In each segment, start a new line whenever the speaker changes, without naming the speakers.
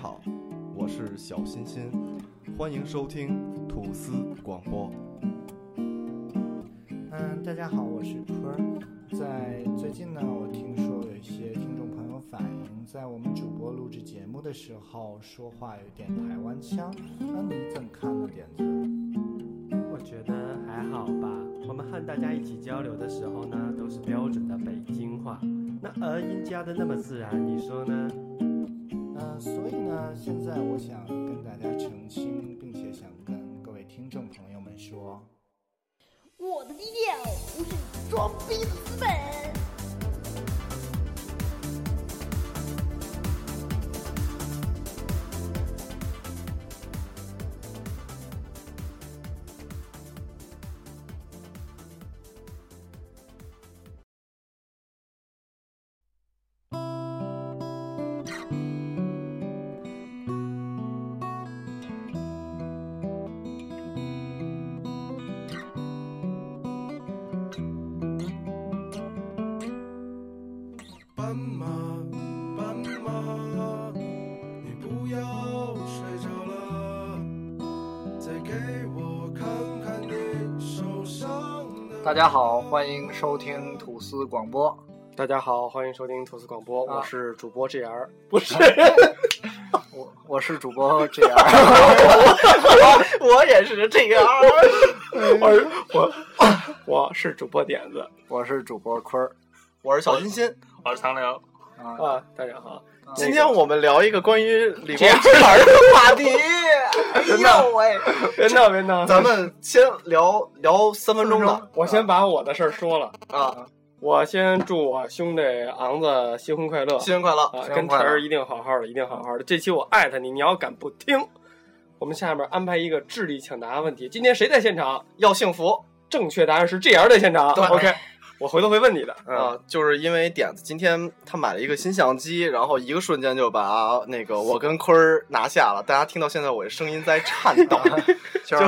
好，我是小欣欣，欢迎收听吐司广播。
嗯，大家好，我是坡儿。在最近呢，我听说有一些听众朋友反映，在我们主播录制节目的时候说话有点台湾腔，那你怎么看呢，点子？
我觉得还好吧。我们和大家一起交流的时候呢，都是标准的北京话，那儿音加的那么自然，你说呢？
嗯，所以呢，现在我想跟大家澄清，并且想跟各位听众朋友们说，
我的低调不是你装逼的资本。
斑马，斑马，你不要睡着了，再给我看看你手上的。
大家好，欢迎收听吐司广播。
大家好，欢迎收听吐司广播，
啊
我是主播 GR，不 是
我我是主播 GR，我我也是 GR，
我是我我是主播点子
我是主播坤儿
我是小欣欣，我是唐辽。
啊。
啊，大家好，
今天我们聊一个关于礼貌，
这哪儿的话题？哟喂，
别闹别闹，
咱们先聊聊三分钟吧。
我先把我的事儿说了，
啊，
我先祝我兄弟昂子新婚快乐
新年快乐！
啊，
新婚
跟晨
快乐
儿一定好好的，一定好好的。这期我艾特你，你要敢不听，我们下面安排一个智力抢答问题。今天谁在现场？
要幸福
正确答案是 GR 在现场。
对
OK，我回头会问你的。嗯，
啊！就是因为点子今天他买了一个新相机，然后一个瞬间就把那个我跟坤儿拿下了。大家听到现在我的声音在颤抖，
就是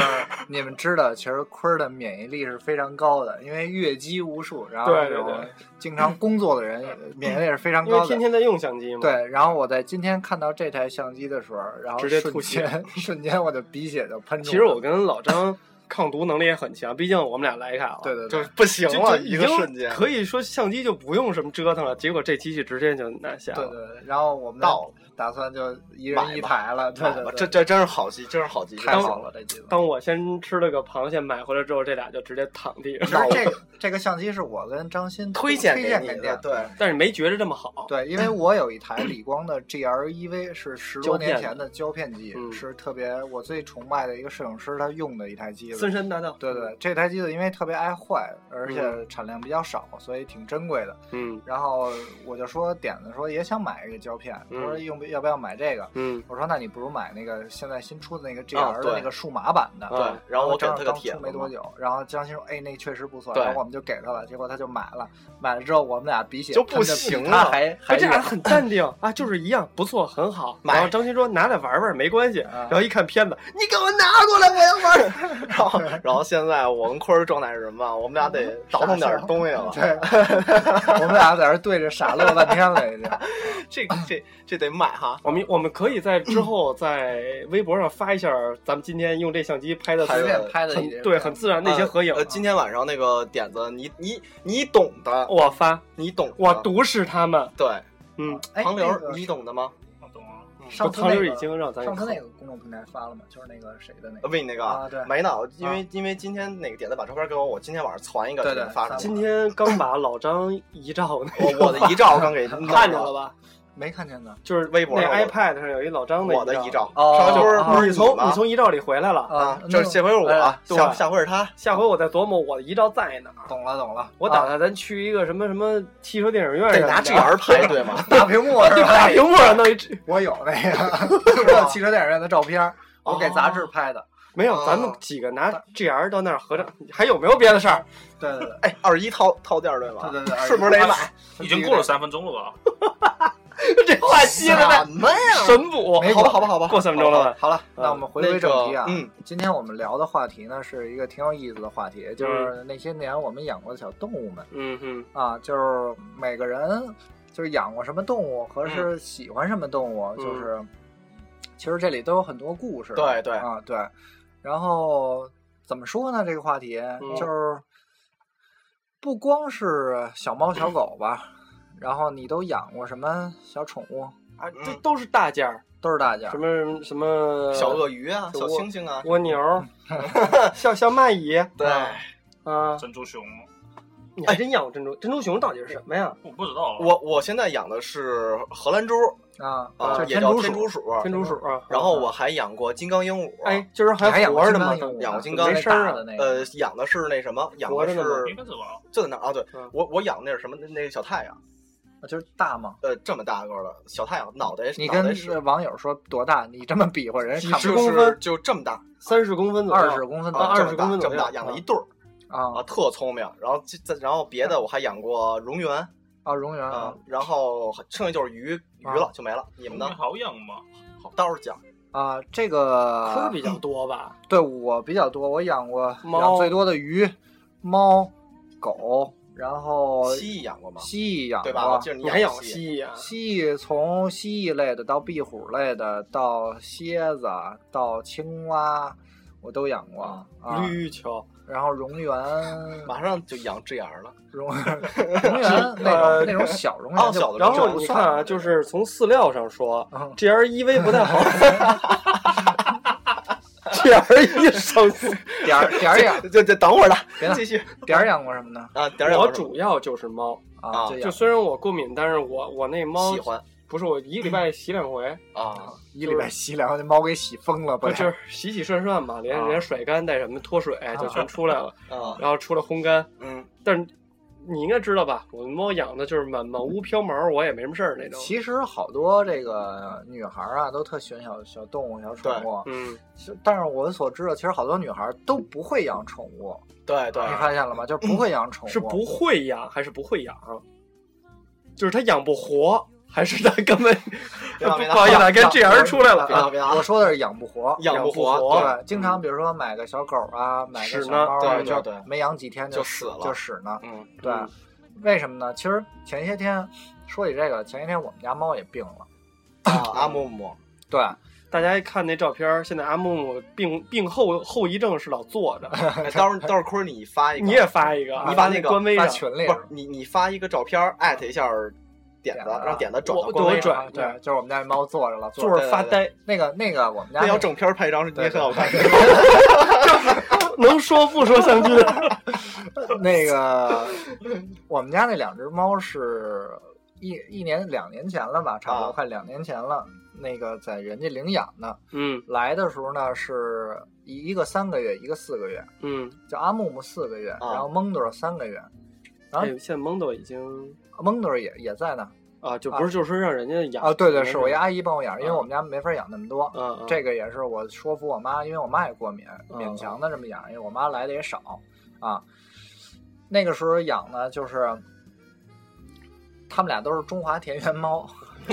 你们知道，其实坤儿的免疫力是非常高的，因为越机无数，然后
对
这
对
种
对
经常工作的人免疫力是非常
因为
高的
天。天在用相机嘛。
对，然后我在今天看到这台相机的时候，然后
直接
瞬
吐血
间，瞬间我的鼻血就喷出来了。
其实我跟老张 抗毒能力也很强，毕竟我们俩徕卡了。
对对对
就是不行
啊就
了，
就
一个
已经
瞬间。
可以说相机就不用什么折腾了，结果这机器直接就拿下
对
了。
对，对，然后我们
到
打算就一
买
人一
吧
台了，对对
哎
对，
这这真是好机，真是好机，
太好了，这机子。
当我先吃了个螃蟹，买回来之后，这俩就直接躺地
其实
上。
这个这个相机是我跟张鑫
推荐
荐
给
荐
你
给
的
店
对
的
但是没觉着这么好。
对，因为我有一台理光的 GLEV，是十多
胶片
年
的
前的胶片机，
嗯
是特别我最崇拜的一个摄影师他用的一台机
森
子。
山大道，
对对，这台机子因为特别爱坏，而且产量比较少，所以挺珍贵的。
嗯
然后我就说点子说也想买一个胶片，他说
嗯
用不要不要买这个？
嗯
我说那你不如买那个现在新出的那个
啊
GR
对
的那个数码版的。
对
啊，
然后我给
张
了他个
刚
帖
出
子
没
嘛
多久，然后江心说：“哎，那确实不错。”
对
然后我们就给他了，结果他就买了。买了之后，我们俩鼻血
就不
喷得比
行
他
了
还还
而且
远
还哎很淡定啊，就是一样，不错，很好。
买
然后张鑫说拿来玩玩没关系，
啊
然后一看片子，
你给我拿过来，我要玩。 然后，然后现在我跟坤儿状态是什么？我们俩
嗯
得倒腾点东西 了。
对，我们俩在这对着傻乐半天了，已经。
这这这得买哈。
我们我们可以在 之后在微博上发一下咱们今天用这相机拍的
随
拍
便拍的一
很对很自然的一
啊
些合影啊
呃，。今天晚上那个点子，你你你懂的，
我发，
你懂的，
啊
我毒视他们。
对。
嗯，
哎，
唐
那
流，
个
你懂的吗？
上次
唐
那
刘
个
已经让咱给
上次
扣
那个公众平台发了吗？就是那个谁的那
呃
个，
为你那个
啊对
没呢，因为因为今天那个点子把照片给我，我今天晚上传一个
对
给
对
你发出
发
来。
了
今天刚把老张遗照那个
我我的遗照刚给弄
看见了， 吧？
没看见呢。
就是
微博
那
上我
iPad 上有一老张
我的遗
遗
照，
哦
上回不是
啊
不
不
是
是你从
吗
你从遗照里回来了。
啊
啊，，
那
这
个
下回是我
哎哎，
对
下下回是他，
下回我再琢磨我的遗照在哪儿。
懂了懂了，
我打算咱去一个什么什么汽车电影院
得
什么
拿
的
GR 拍对吗？
大屏幕是
对
吧
大？屏幕上弄一 G
我有那个， 知道汽车电影院的照片，我给杂志拍的。
没有，咱们几个拿 GR 到那儿合照，还有没有别的事儿？
对对对。
哎，二十一套套店对吗？
对对对，
是不是得买？
已经过了三分钟了吧？
这话接的太
什么呀？
神补，
没
好吧，
过
好吧，好吧，
过三分钟了吧？
好了，那我们回归正题啊。
那个嗯，
今天我们聊的话题呢是一个挺有意思的话题，
嗯
就是那些年我们养过的小动物们
嗯哼，
啊，就是每个人就是养过什么动物，和是喜欢什么动物，
嗯
就是
其实这里都有很多故事。
对对
啊对，然后怎么说呢？这个话题、就是不光是小猫小狗吧，然后你都养过什么小宠物？
啊，这
嗯
都是大件儿，
都是大家
什么什么
小鳄鱼啊，
小
小
蜗
猩猩啊，
蜗牛儿， 小小蚂蚁
对，
啊，
珍珠熊，
你还真养过珍珠珍珠熊到底是什么呀？
我不知道，
我我现在养的是荷兰猪
啊
呃
啊，
就是
也
天
叫
竺
天
鼠
竺，鼠，
珍珠鼠啊，
然后我还养过金刚鹦鹉，
哎，，就是
你还养
活着呢
过
嘛
金刚鹦鹉，呢
养过金刚
没
没
事
声儿
儿
啊
的那个。
呃，养的是那什么，养
活
的
着呢
是
应该是吧？
就在那儿啊，对
嗯
我我养的那是什么那个小太阳，
啊就是大嘛。
呃，这么大个儿的小太阳，脑袋
你
脑
跟
袋是
网友说多大？你这么比划，人家看不
就
出
十公
是
分
就这么大，
三十公分左右，
二十公分的
啊
这么
20
大
公分
这
左右
么大，养了一对儿啊，
啊
特聪明。然后这这然后别的我还养过蝾螈
啊，蝾螈
啊
啊，
然后剩下就是鱼鱼
啊
了就没了。你们
你
呢？
好养吗？
到时候讲。
啊，这个
科比较多 吧？
对我比较多，我养过
猫
养最多的鱼、猫、狗，然后
蜥蜴养过吗？
蜥蜴养
对吧？我
过
记，得你
你还养过
过
蜥蜴啊？
蜥蜴从蜥蜴类的到壁虎类的，到蝎子到青蛙，我都养过啊。
嗯绿球，
然后蝾
蜴，
螈，
马上就养 GR 了。
蝾蝾螈那
呃
种那种小蝾
哦
螈就
小的
然
蝾
就
螈
后
不
你
算
看啊，
了
就是从饲料上说
嗯
，G R E V 不太好 ，G R E 生死。
点儿点儿养
就就等会儿了
别了，
继续
点儿养过什么呢？
啊。点儿养
我
过什么
主要就是猫，
啊
啊，就
就
养
虽然我过敏，但是我我那猫
喜欢
不是我一个礼拜洗两回，
啊，
一礼拜洗两回，那猫给洗疯了，不
就是是洗洗涮涮嘛，连
啊
连甩干带什么脱水就全出来了，
啊
然后出来烘干。
嗯，
但是你应该知道吧，我的猫养的就是满满屋飘毛，我也没什么事儿那种。
其实好多这个女孩儿啊，都特喜欢小小动物、小宠物。啊
嗯，
是但是我所知道，其实好多女孩儿都不会养宠物，
对对
哎
你发现了吗？就是不会养宠物，
是不会养还是不会养？就是它养不活，还是它根本
别打别打
不好意思啊，跟
养
G R 出来了
别打
啊。
别打
我，说的是养不活，
养不活
活
对，经常比如说买个小狗啊，买个
屎
小
呢
猫啊，
对
就
对对
没养几天
就
死
死了
就死呢。
嗯
对，为什么呢？其实前些天说起这个，前些天我们家猫也病了，
啊，阿木木
对，
大家一看那照片儿，现在阿木木病病后后遗症是老坐着，
哎到时候到时候坤儿你发一个，
你也发一个啊，
你把
那
那个
官微
发
上。
群里
不是你你发一个照片，艾特一下点
点子
子，
啊
让点子转到
我
官
我
微上。
转
对，就是我们家那猫坐着了，
坐
着
着发呆，
那个那个我们家
那要
那
整片儿拍一张，你也很好看。
能说不说相君？
那个我们家那两只猫是一一年两年前了吧，差不
啊
多快两年前了。那个在人家领养的，
嗯
来的时候呢是一一个三个月，一个四个月，
嗯，
叫阿木木四个月，
啊
然后蒙多尔三个月，啊
哎呦，现在蒙豆已经
蒙多尔也也在呢。
啊，就不是就是说让人家养
啊，对对，
可能
是我一阿姨帮我养，因为
啊
我们家没法养那么多。
嗯嗯
这个也是我说服我妈，因为我妈也过敏，勉强的这么养，因为我妈来的也少啊。那个时候养呢，就是他们俩都是中华田园 猫，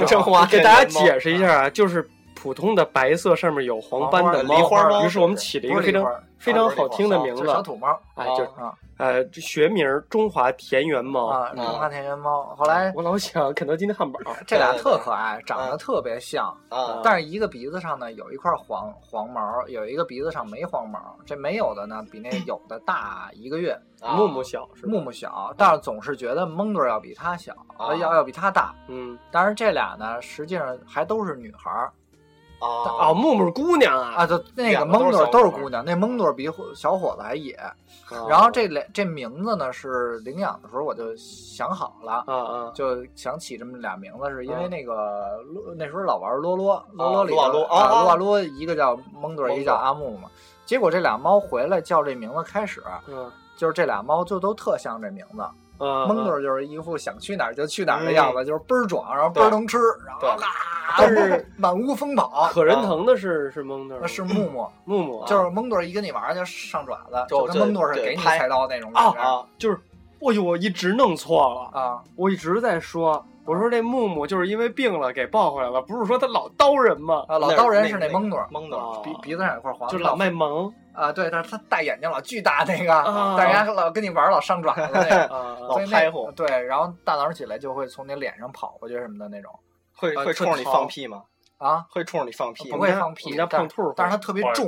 这话
给大家解释一下啊，就是普通的白色上面有黄斑的啊
黄花梨花猫
于是我们起了一
不
个
是
非
梨
常
花
非常好听的名
就
字
是，小土猫
哎，就是哦
啊
呃这学名儿中华田园猫。嗯
啊，中华田园猫。后来
我老想肯德基的汉堡，
这俩特可爱，长
嗯
得特别像，
啊
但是一个鼻子上呢有一块黄黄毛，有一个鼻子上没黄毛。这没有的呢比那有的大一个月，
啊
木木小是吧？
木木小，但是总是觉得蒙多尔要比它小，呃
啊
要要比它大。
嗯，
当然，这俩呢，实际上还都是女孩儿
哦，
啊
木木姑娘啊，
啊。就那个
两个
蒙
都
多
是小
尔都是
女孩儿
姑娘，那蒙多尔比伙小伙子还野。然后这俩这名字呢，是领养的时候我就想好了，
啊啊，
就想起这么俩名字，是因为那个洛那时候老玩撸啊撸，撸啊撸里
撸啊
头
撸
啊
啊啊
撸啊撸，一个叫蒙多尔，一个叫阿木木嘛。结果这俩猫回来叫这名字开始，
嗯
就是这俩猫就都特像这名字。
嗯
啊，
蒙多尔就是一副想去哪儿就去哪儿的样子，就是倍儿壮，然后倍
对
儿能吃，然后
对
嘎，是 满屋疯 跑。
嗯
可人疼的是是蒙豆
那，啊是木木，
木木，啊
就是蒙多尔一跟你玩儿就上爪子，
就
就跟蒙多尔是
就
给你
拍
菜刀那种感觉
啊
就是，哎呦，我一直弄错
哦
了。
啊
我一直在说，我说这木木就是因为病了给抱回来了，不是说他老叨人吗？
啊！老
那
刀人
那
是
那哦
蒙多尔，
蒙的
啊
鼻鼻子上有块黄，
就老卖萌
啊，对，但是他大眼睛老巨大那个
啊，
但人家老跟你玩儿老上爪子那个，
啊，
哦老
所以
拍
那
乎
对，然后大早上起来就会从你脸上跑过去什么的那种。
会
啊特
会冲着你
淘
放屁吗？
啊，
会冲着你放屁
不
吗
会
家
放
我
屁，
们家
但
胖兔儿会
但是它特别
会
重，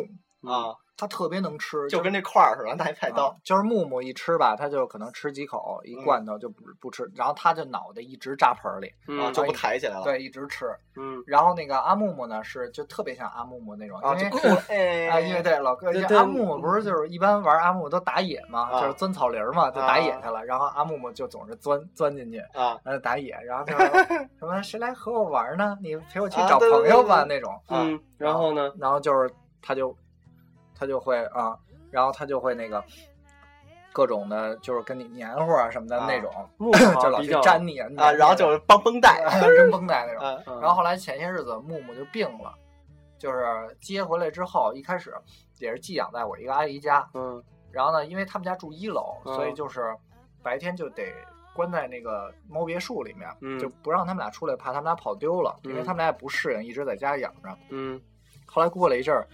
啊，
它特别能吃，
就是跟那块儿似的，拿一菜
啊
刀，
就是木木一吃吧，它就可能吃几口，一
嗯
罐头就不不吃，然后它就脑袋一直扎盆儿里，
啊，
嗯
就不抬起来了。
对，一直吃。
嗯，
然后那个阿木木呢，是就特别像阿木木那种，
啊，
因
就
为
哭了，哎，
啊，因为对老哥，因
对
为
对
阿木不是就是一般玩阿木都打野嘛，
嗯啊
就是钻草林嘛，就打野去了。然后阿木木就总是钻钻进去，
啊
呃，打野，然后 就说什么谁来和我玩呢？你陪我去
啊
找
对对
朋友吧
对
那种。
啊
嗯，然后呢？
然后就是他就他就会啊，然后他就会那个各种的，就是跟你黏糊啊什么的
啊
那种，
木
就
头
老
比
去
较
粘你
啊，然后就是帮绷带，
扔绷带那 种。
啊
嗯
然后后来前些日子木木就病了，就是接回来之后，一开始也是寄养在我一个阿姨家，
嗯
然后呢，因为他们家住一楼，
嗯
所以就是白天就得关在那个猫别墅里面，
嗯
就不让他们俩出来，怕他们俩跑丢了，因为
嗯
他们俩也不适应，一直在家养着。
嗯
后来过了一阵儿，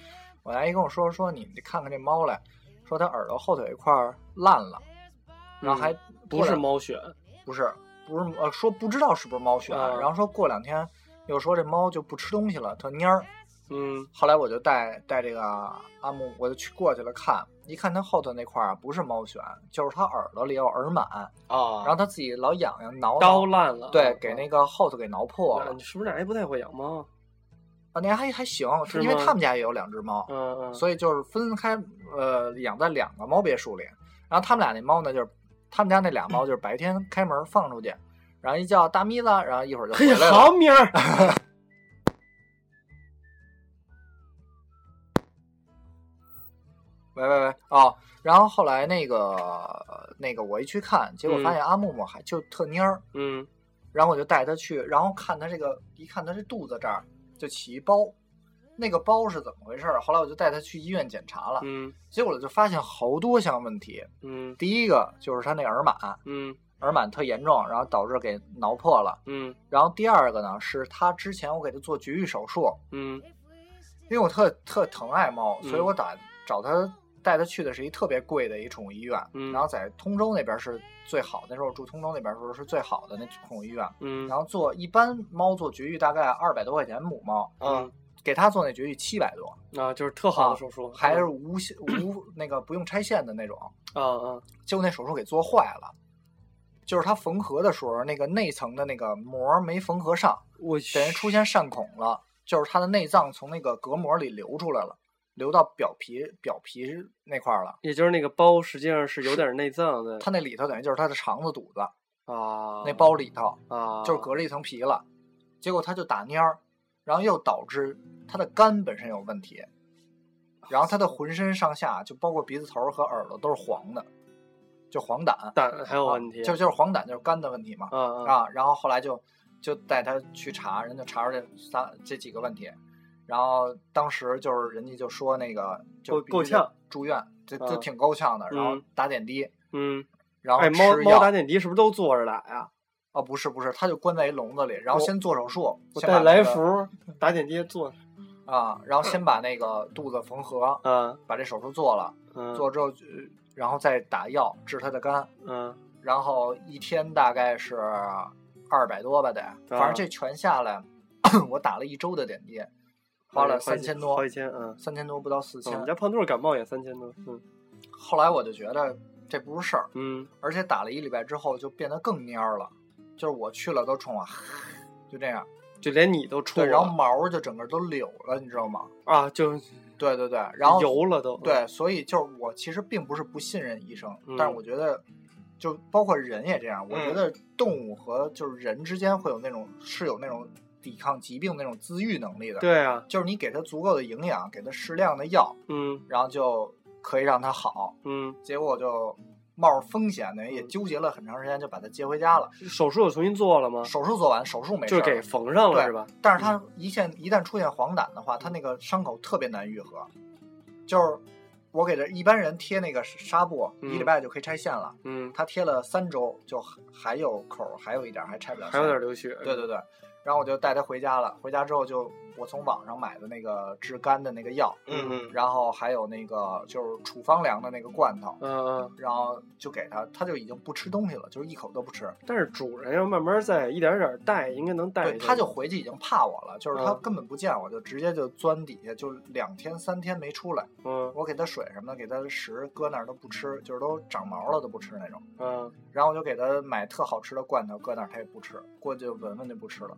我阿姨跟我说说你看看这猫来，说它耳朵后腿一块儿烂了，然后还
嗯
嗯
不
过
是
两
猫血，
不是不是呃说不知道是不是猫癣，
啊
然后说过两天又说这猫就不吃东西了，特蔫儿。
嗯
后来我就带带这个阿木，我就去过去了看，一看它后头那块儿啊不是猫癣，就是它耳朵里有耳螨，然后
啊，
它自己老痒痒挠挠
刀烂了，
对
嗯，
给那个后头给挠破
那
了
你。是不是那还不太会养猫？
啊，那还还行，
是
因为
吗
他们家也有两只猫，
嗯嗯，
所以就是分开呃养在两个猫别墅里。然后他们俩那猫呢，就是他们家那俩猫就是白天开门放出去，然后一叫大咪子，然后一会儿就回
嘿，
来了。
哎好名 儿，
喂喂喂，哦，然后后来那个那个我一去看，结果
嗯
发现阿木木还就特蔫儿，
嗯
然后我就带他去，然后看他这个，一看他这肚子这儿就起一包，那个包是怎么回事儿？后来我就带他去医院检查了，
嗯
结果就发现好多项问题。
嗯
第一个就是他那耳螨，
嗯
耳螨特严重，然后导致给挠破了。
嗯
然后第二个呢是他之前我给他做绝育手术，
嗯
因为我特特疼爱猫，
嗯
所以我打找他带他去的是一特别贵的一宠物医院，
嗯
然后在通州那边是最好，那时候我住通州那边的时候是最好的那宠物医院。
嗯
然后做一般猫做绝育大概二百多块钱母猫，
嗯，
给他做那绝育七百多，
啊，就是特好的手术，嗯
还是无线无那个不用拆线的那种，
啊啊
结果那手术给做坏了。就是它缝合的时候，那个内层的那个膜没缝合上，
我
等于出现疝孔了，就是它的内脏从那个隔膜里流出来了，流到表皮表皮那块儿了。
也就是那个包实际上是有点内脏的
它那里头等于就是它的肠子、肚子
啊，
那包里头，
啊，
就是隔着一层皮了。结果它就打蔫儿，然后又导致它的肝本身有问题，然后它的浑身上下，就包括鼻子头儿和耳朵都是黄的，就黄疸。
胆还有问题，
啊就就是黄疸就是肝的问题嘛。
啊啊
啊，然后后来就就带他去查，人就查出这三这几个问题，然后当时就是人家就说那个就
够
必须
够
得
呛
住院，这就
嗯
挺够呛的，然后
嗯
打点滴，
嗯，
然后
哎，猫
吃
猫
药
打点滴是不是都坐着打呀？
哦，不是不是，他就关在一笼子里，然后
我
先做手术，
我
先把
带来
那个
福嗯打点滴坐，
啊，然后先把那个肚子缝合，
嗯
把这手术做了，
嗯，
做之后就然后再打药治他的肝，
嗯
然后一天大概是二百多吧得，反正这全下来，我打了一周的点滴，花了三千哦多
好，几哎千，嗯。
三千多不到四
我
千
们。家胖兔感冒也三千多，嗯
后来我就觉得这不是事儿，
嗯，
而且打了一礼拜之后就变得更蔫儿了，就是我去了都冲我，啊 就这样，
就连你都出
对，然后
了
毛儿就整个都柳了，你知道吗？
啊，就
对对对，然后
油了都，
对，所以就是我其实并不是不信任医生，
嗯
但是我觉得，就包括人也这样，我觉
嗯
得动物和就是人之间会有那种是有那种抵抗疾病那种自愈能力的，，
对啊，
就是你给它足够的营养，给它适量的药，
嗯
然后就可以让它好。
嗯，
结果就冒着风险呢，也
嗯
纠结了很长时间，就把它接回家了。
手术又重新做了吗？
手术做完，手术没事
就
儿
是给缝上了
对
是吧？
但是它一现一旦出现黄疸的话，它那个伤口特别难愈合。就是我给这一般人贴那个纱布，
嗯
一礼拜就可以拆线了。
嗯，
它贴了三周，就还还有口儿，还有一点儿还拆不了线。
还有点流血，
对对对。然后我就带它回家了。回家之后就我从网上买的那个治肝的那个药，
嗯嗯
然后还有那个就是处方粮的那个罐头，
嗯嗯，
然后就给它，它就已经不吃东西了，就是一口都不吃。
但是主人要慢慢再一点点带，应该能带
对，
下去。
它就回去已经怕我了，就是它
嗯
根本不见我，就直接就钻底下，就两天三天没出来。
嗯
我给它水什么的，给它食搁那儿都不吃，就是都长毛了都不吃那种。
嗯，
然后我就给它买特好吃的罐头，搁那儿它也不吃，过去闻闻就不吃了。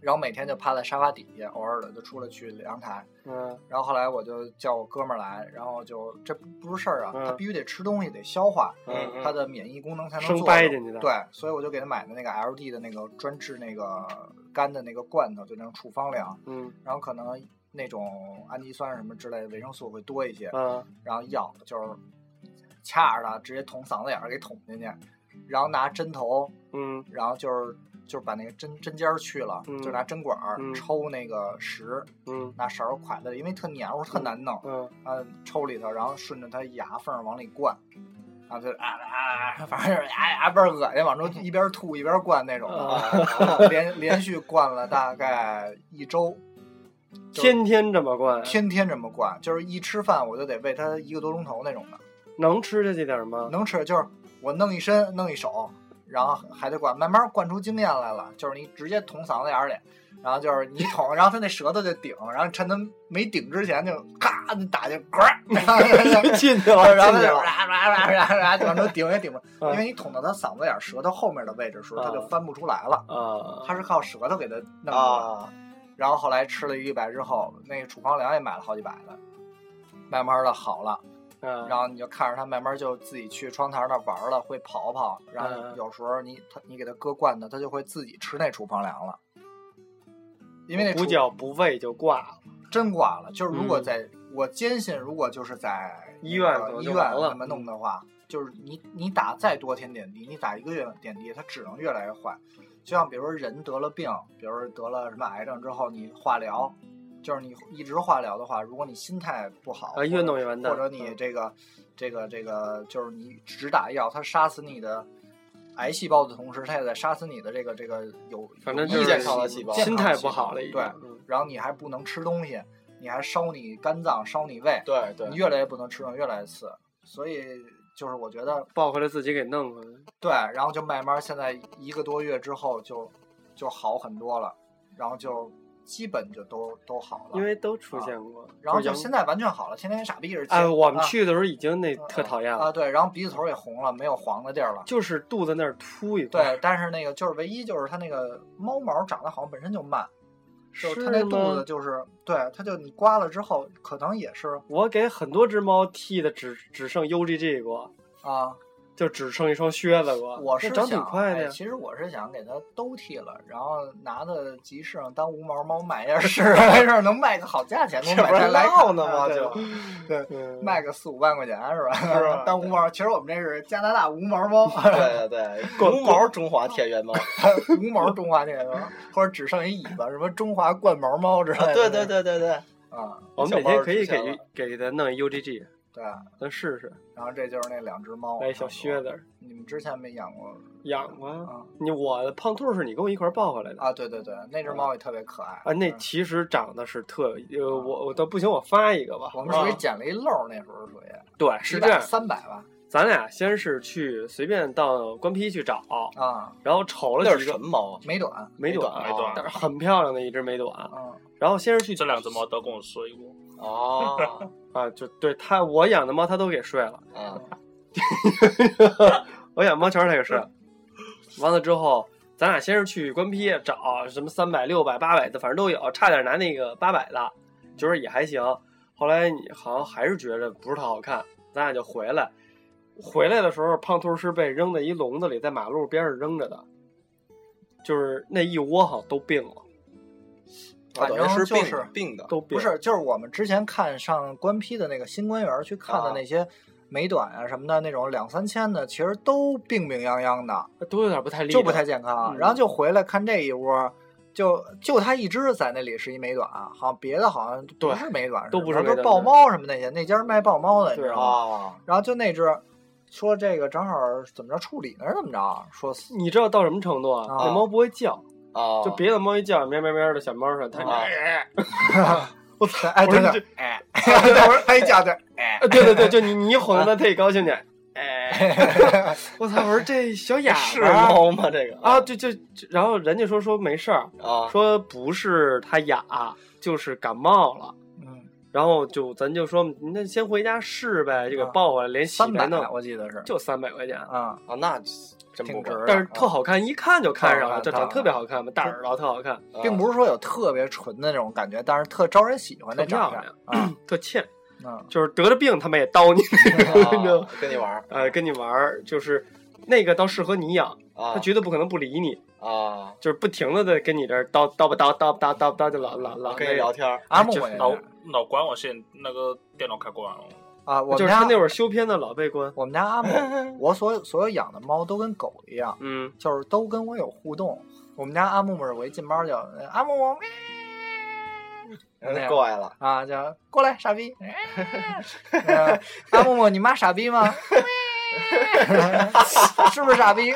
然后每天就趴在沙发底下，偶尔的就出来去阳台。
嗯
然后后来我就叫我哥们儿来，然后就这不不是事儿啊，
嗯
它必须得吃东西，得消化，
嗯嗯
它的免疫功能才能
生
做
掰
到
进去的
对，所以我就给他买的那个 LD 的那个专治那个肝的那个罐头，就那种处方粮，
嗯
然后可能那种氨基酸什么之类的维生素会多一些，
啊
然后药就是掐着它直接捅嗓子眼儿给捅进去，然后拿针头，
嗯
然后就是就是把那个针针尖儿去了，
嗯
就拿针管儿、
嗯
抽那个食，
嗯
拿勺儿㧟在里，因为特黏糊特难弄，
嗯
啊，抽里头，然后顺着它牙缝儿往里灌，然后就啊啊啊，反正就是啊啊倍儿恶心，往出一边吐一边灌那种的， 连连续灌了大概一周，就是
天天这么灌，
天天这么灌，就是一吃饭我就得喂它一个多钟头那种的，
能吃下去点儿吗？
能吃就是我弄一身弄一手，然后还得灌，慢慢灌出经验来了，就是你直接捅嗓子眼儿里。然后就是你捅，然后它那舌头就顶，然后趁它没顶之前就咔就打就 呱，然后就
啊 进去了，
然后他
进去
就啊
了。
啦啦啦啦啦，就往出顶也顶不住，
嗯
因为你捅到他嗓子眼儿、舌头后面的位置的时候，
啊
他就翻不出来了。
啊，
他是靠舌头给他弄住的。
啊，
然后后来吃了一百之后，那个处方粮也买了好几百的，慢慢的好了。
然
然后你就看着他慢慢就自己去窗台那玩儿了，会跑跑。然
嗯
后有时候你他你给他搁罐头，他就会自己吃那处方粮了。因为那
补
处
脚不喂就挂了。
真挂了。就是如果
嗯
在、我坚信，如果就是在
医院
呃
可能
医
就
院
完了
什么弄的话，就是你你打再多天点滴，你打一个月点滴，它只能越来越坏。就像比如说人得了病，比如说得了什么癌症之后，你化疗，就是你一直化疗的话，如果你心态不好，
啊，越弄越完蛋。
哦或者你这个、这个这个，就是你只打药，它杀死你的癌细胞的同时，它也在杀死你的这个这个有
反正
有
就
益
是
健康的细胞，
心态不好了，
了
已经。
对，然后你还不能吃东西，你还烧你肝脏、烧你胃，
对对
你，越来越不能吃东西，越来越次。所以就是我觉得
抱回来自己给弄回来。
对，然后就慢慢现在一个多月之后就就好很多了，然后就基本就都都好了。
因为都出现过。
啊然后
就
就是现在完全好了，天天跟傻逼似的。
哎，我们
啊
去的时候已经那
嗯
特讨厌
啊，
了，
对，然后鼻子头也红了，没有黄的地儿了。
就是肚子那儿凸一块。
对，但是那个就是唯一就是它那个猫毛长得好像本身就慢，就是是它那肚
吗
子就是对，它就你刮了之后可能也是
我给很多只猫剃的只只剩 UGG 过，
啊，
就只剩一双靴子过。
我是
那
想
长挺快的
哎
呀。
其实我是想给它都剃了，然后拿到集市上当无毛猫卖一下试，没事儿能卖个好价钱，给我
这
买
不
下
是
来
闹
看
呢
啊
吗？
对
就
吧
嗯
卖个四五万块钱是 吧？
是吧
当无毛，其实我们这是加拿大无毛猫，
对对对，无
啊
毛中华田园猫，
无毛中华那个，或者只剩一尾巴，什么中华冠毛猫之类的。
对对对对对，
啊，
我们哪天可以
小猫出
给给它弄一 UGG，
对啊。
咱试试。
然后这就是那两只猫，
哎来小靴
子。
子
你们之前没养过
养吗？
啊？
你我的胖兔是你跟我一块儿抱回来的。
啊，对对对，那只猫也特别可爱
啊，那
嗯
其实长得是特
啊
呃，我我倒不行，我发一个吧。
我们属于
啊
捡了一漏儿，那时候属于
对，是这样。
三百吧
咱俩先是去随便到官批去找，
啊，
然后瞅了
那
几
是
个
什么猫啊？
美短
美短
短
啊，
美短
但是很漂亮的一只美短。
啊，
然后先是去
这两只猫都跟我睡过，
哦，
啊，就对它，我养的猫它都给睡了，
嗯，
我养猫全是它给睡了。 完了之后，咱俩先是去官批找什么三百、六百、八百的，反正都有，差点拿那个八百的，就是也还行。后来你好像还是觉得不是特好看，咱俩就回来。回来的时候，胖兔是被扔在一笼子里，在马路边上扔着的，就是那一窝好像都病了，
反正
啊等于是
就
病
是
的病的，
都
不
病了。
是，就是我们之前看上官批的那个新官员去看的
啊
那些美短啊什么的那种两三千的，其实都病病殃殃的，
啊都有点不太利，
就不太健康。
嗯
然后就回来看这一窝，就就它一只在那里是一美短，啊好像别的好像
对
不是美短，
都不
都
是美短
豹猫什么那些，那家是卖豹猫的，你知
对
道吗？
啊，
然后就那只说这个正好怎么着处理呢，是怎么着？说
你知道到什么程度啊？
啊
那猫不会叫，
啊啊，
就别的猫一叫喵喵喵的小猫似的，它
啊
我操！哎，
不是
对对，哎，我说他一叫对，哎，
呃对对对，就你你一哄 它，它也高兴点。哎，我操！我说这小哑巴
是猫吗？这个
啊，就就然后人家说说没事儿，
啊，
说不是它哑，就是感冒了。
嗯，
然后就咱就说，那先回家试呗，就给
啊
抱回来，连洗
三百
带弄，
我记得是，
就哦三百块钱，
啊，
啊，那真
挺
不
值
贵，
的。
但是特好看，一看就看上了，
特
这
好看
长得特别好看嘛，大耳朵特好看，
啊
并不是说有特别纯的那种感觉，但是特招人喜欢那
特
长相
漂亮
啊，
特欠，
嗯
就是得了病他们也叨 你，你知道吗
啊跟你玩儿
呃，跟你玩儿，就是那个倒适合你养，
啊
它绝对不可能不理你，
啊，
就是不停的在跟你这儿叨叨吧叨叨吧叨叨吧叨，就老老老
跟
那个
人聊天儿
阿木我也
老
是
老管我现那个电脑开关哦了，
啊，我
就
们
是他
家
那会儿修片的老被关，
我们家阿 木，我所有所有养的猫都跟狗一样，
嗯，
就是都跟我有互动。我们家阿木是我一进猫就呃阿木我 喵
人
那样
过来了，
啊，叫过来傻 逼，呃阿木木你妈傻逼吗？ 是不是傻逼？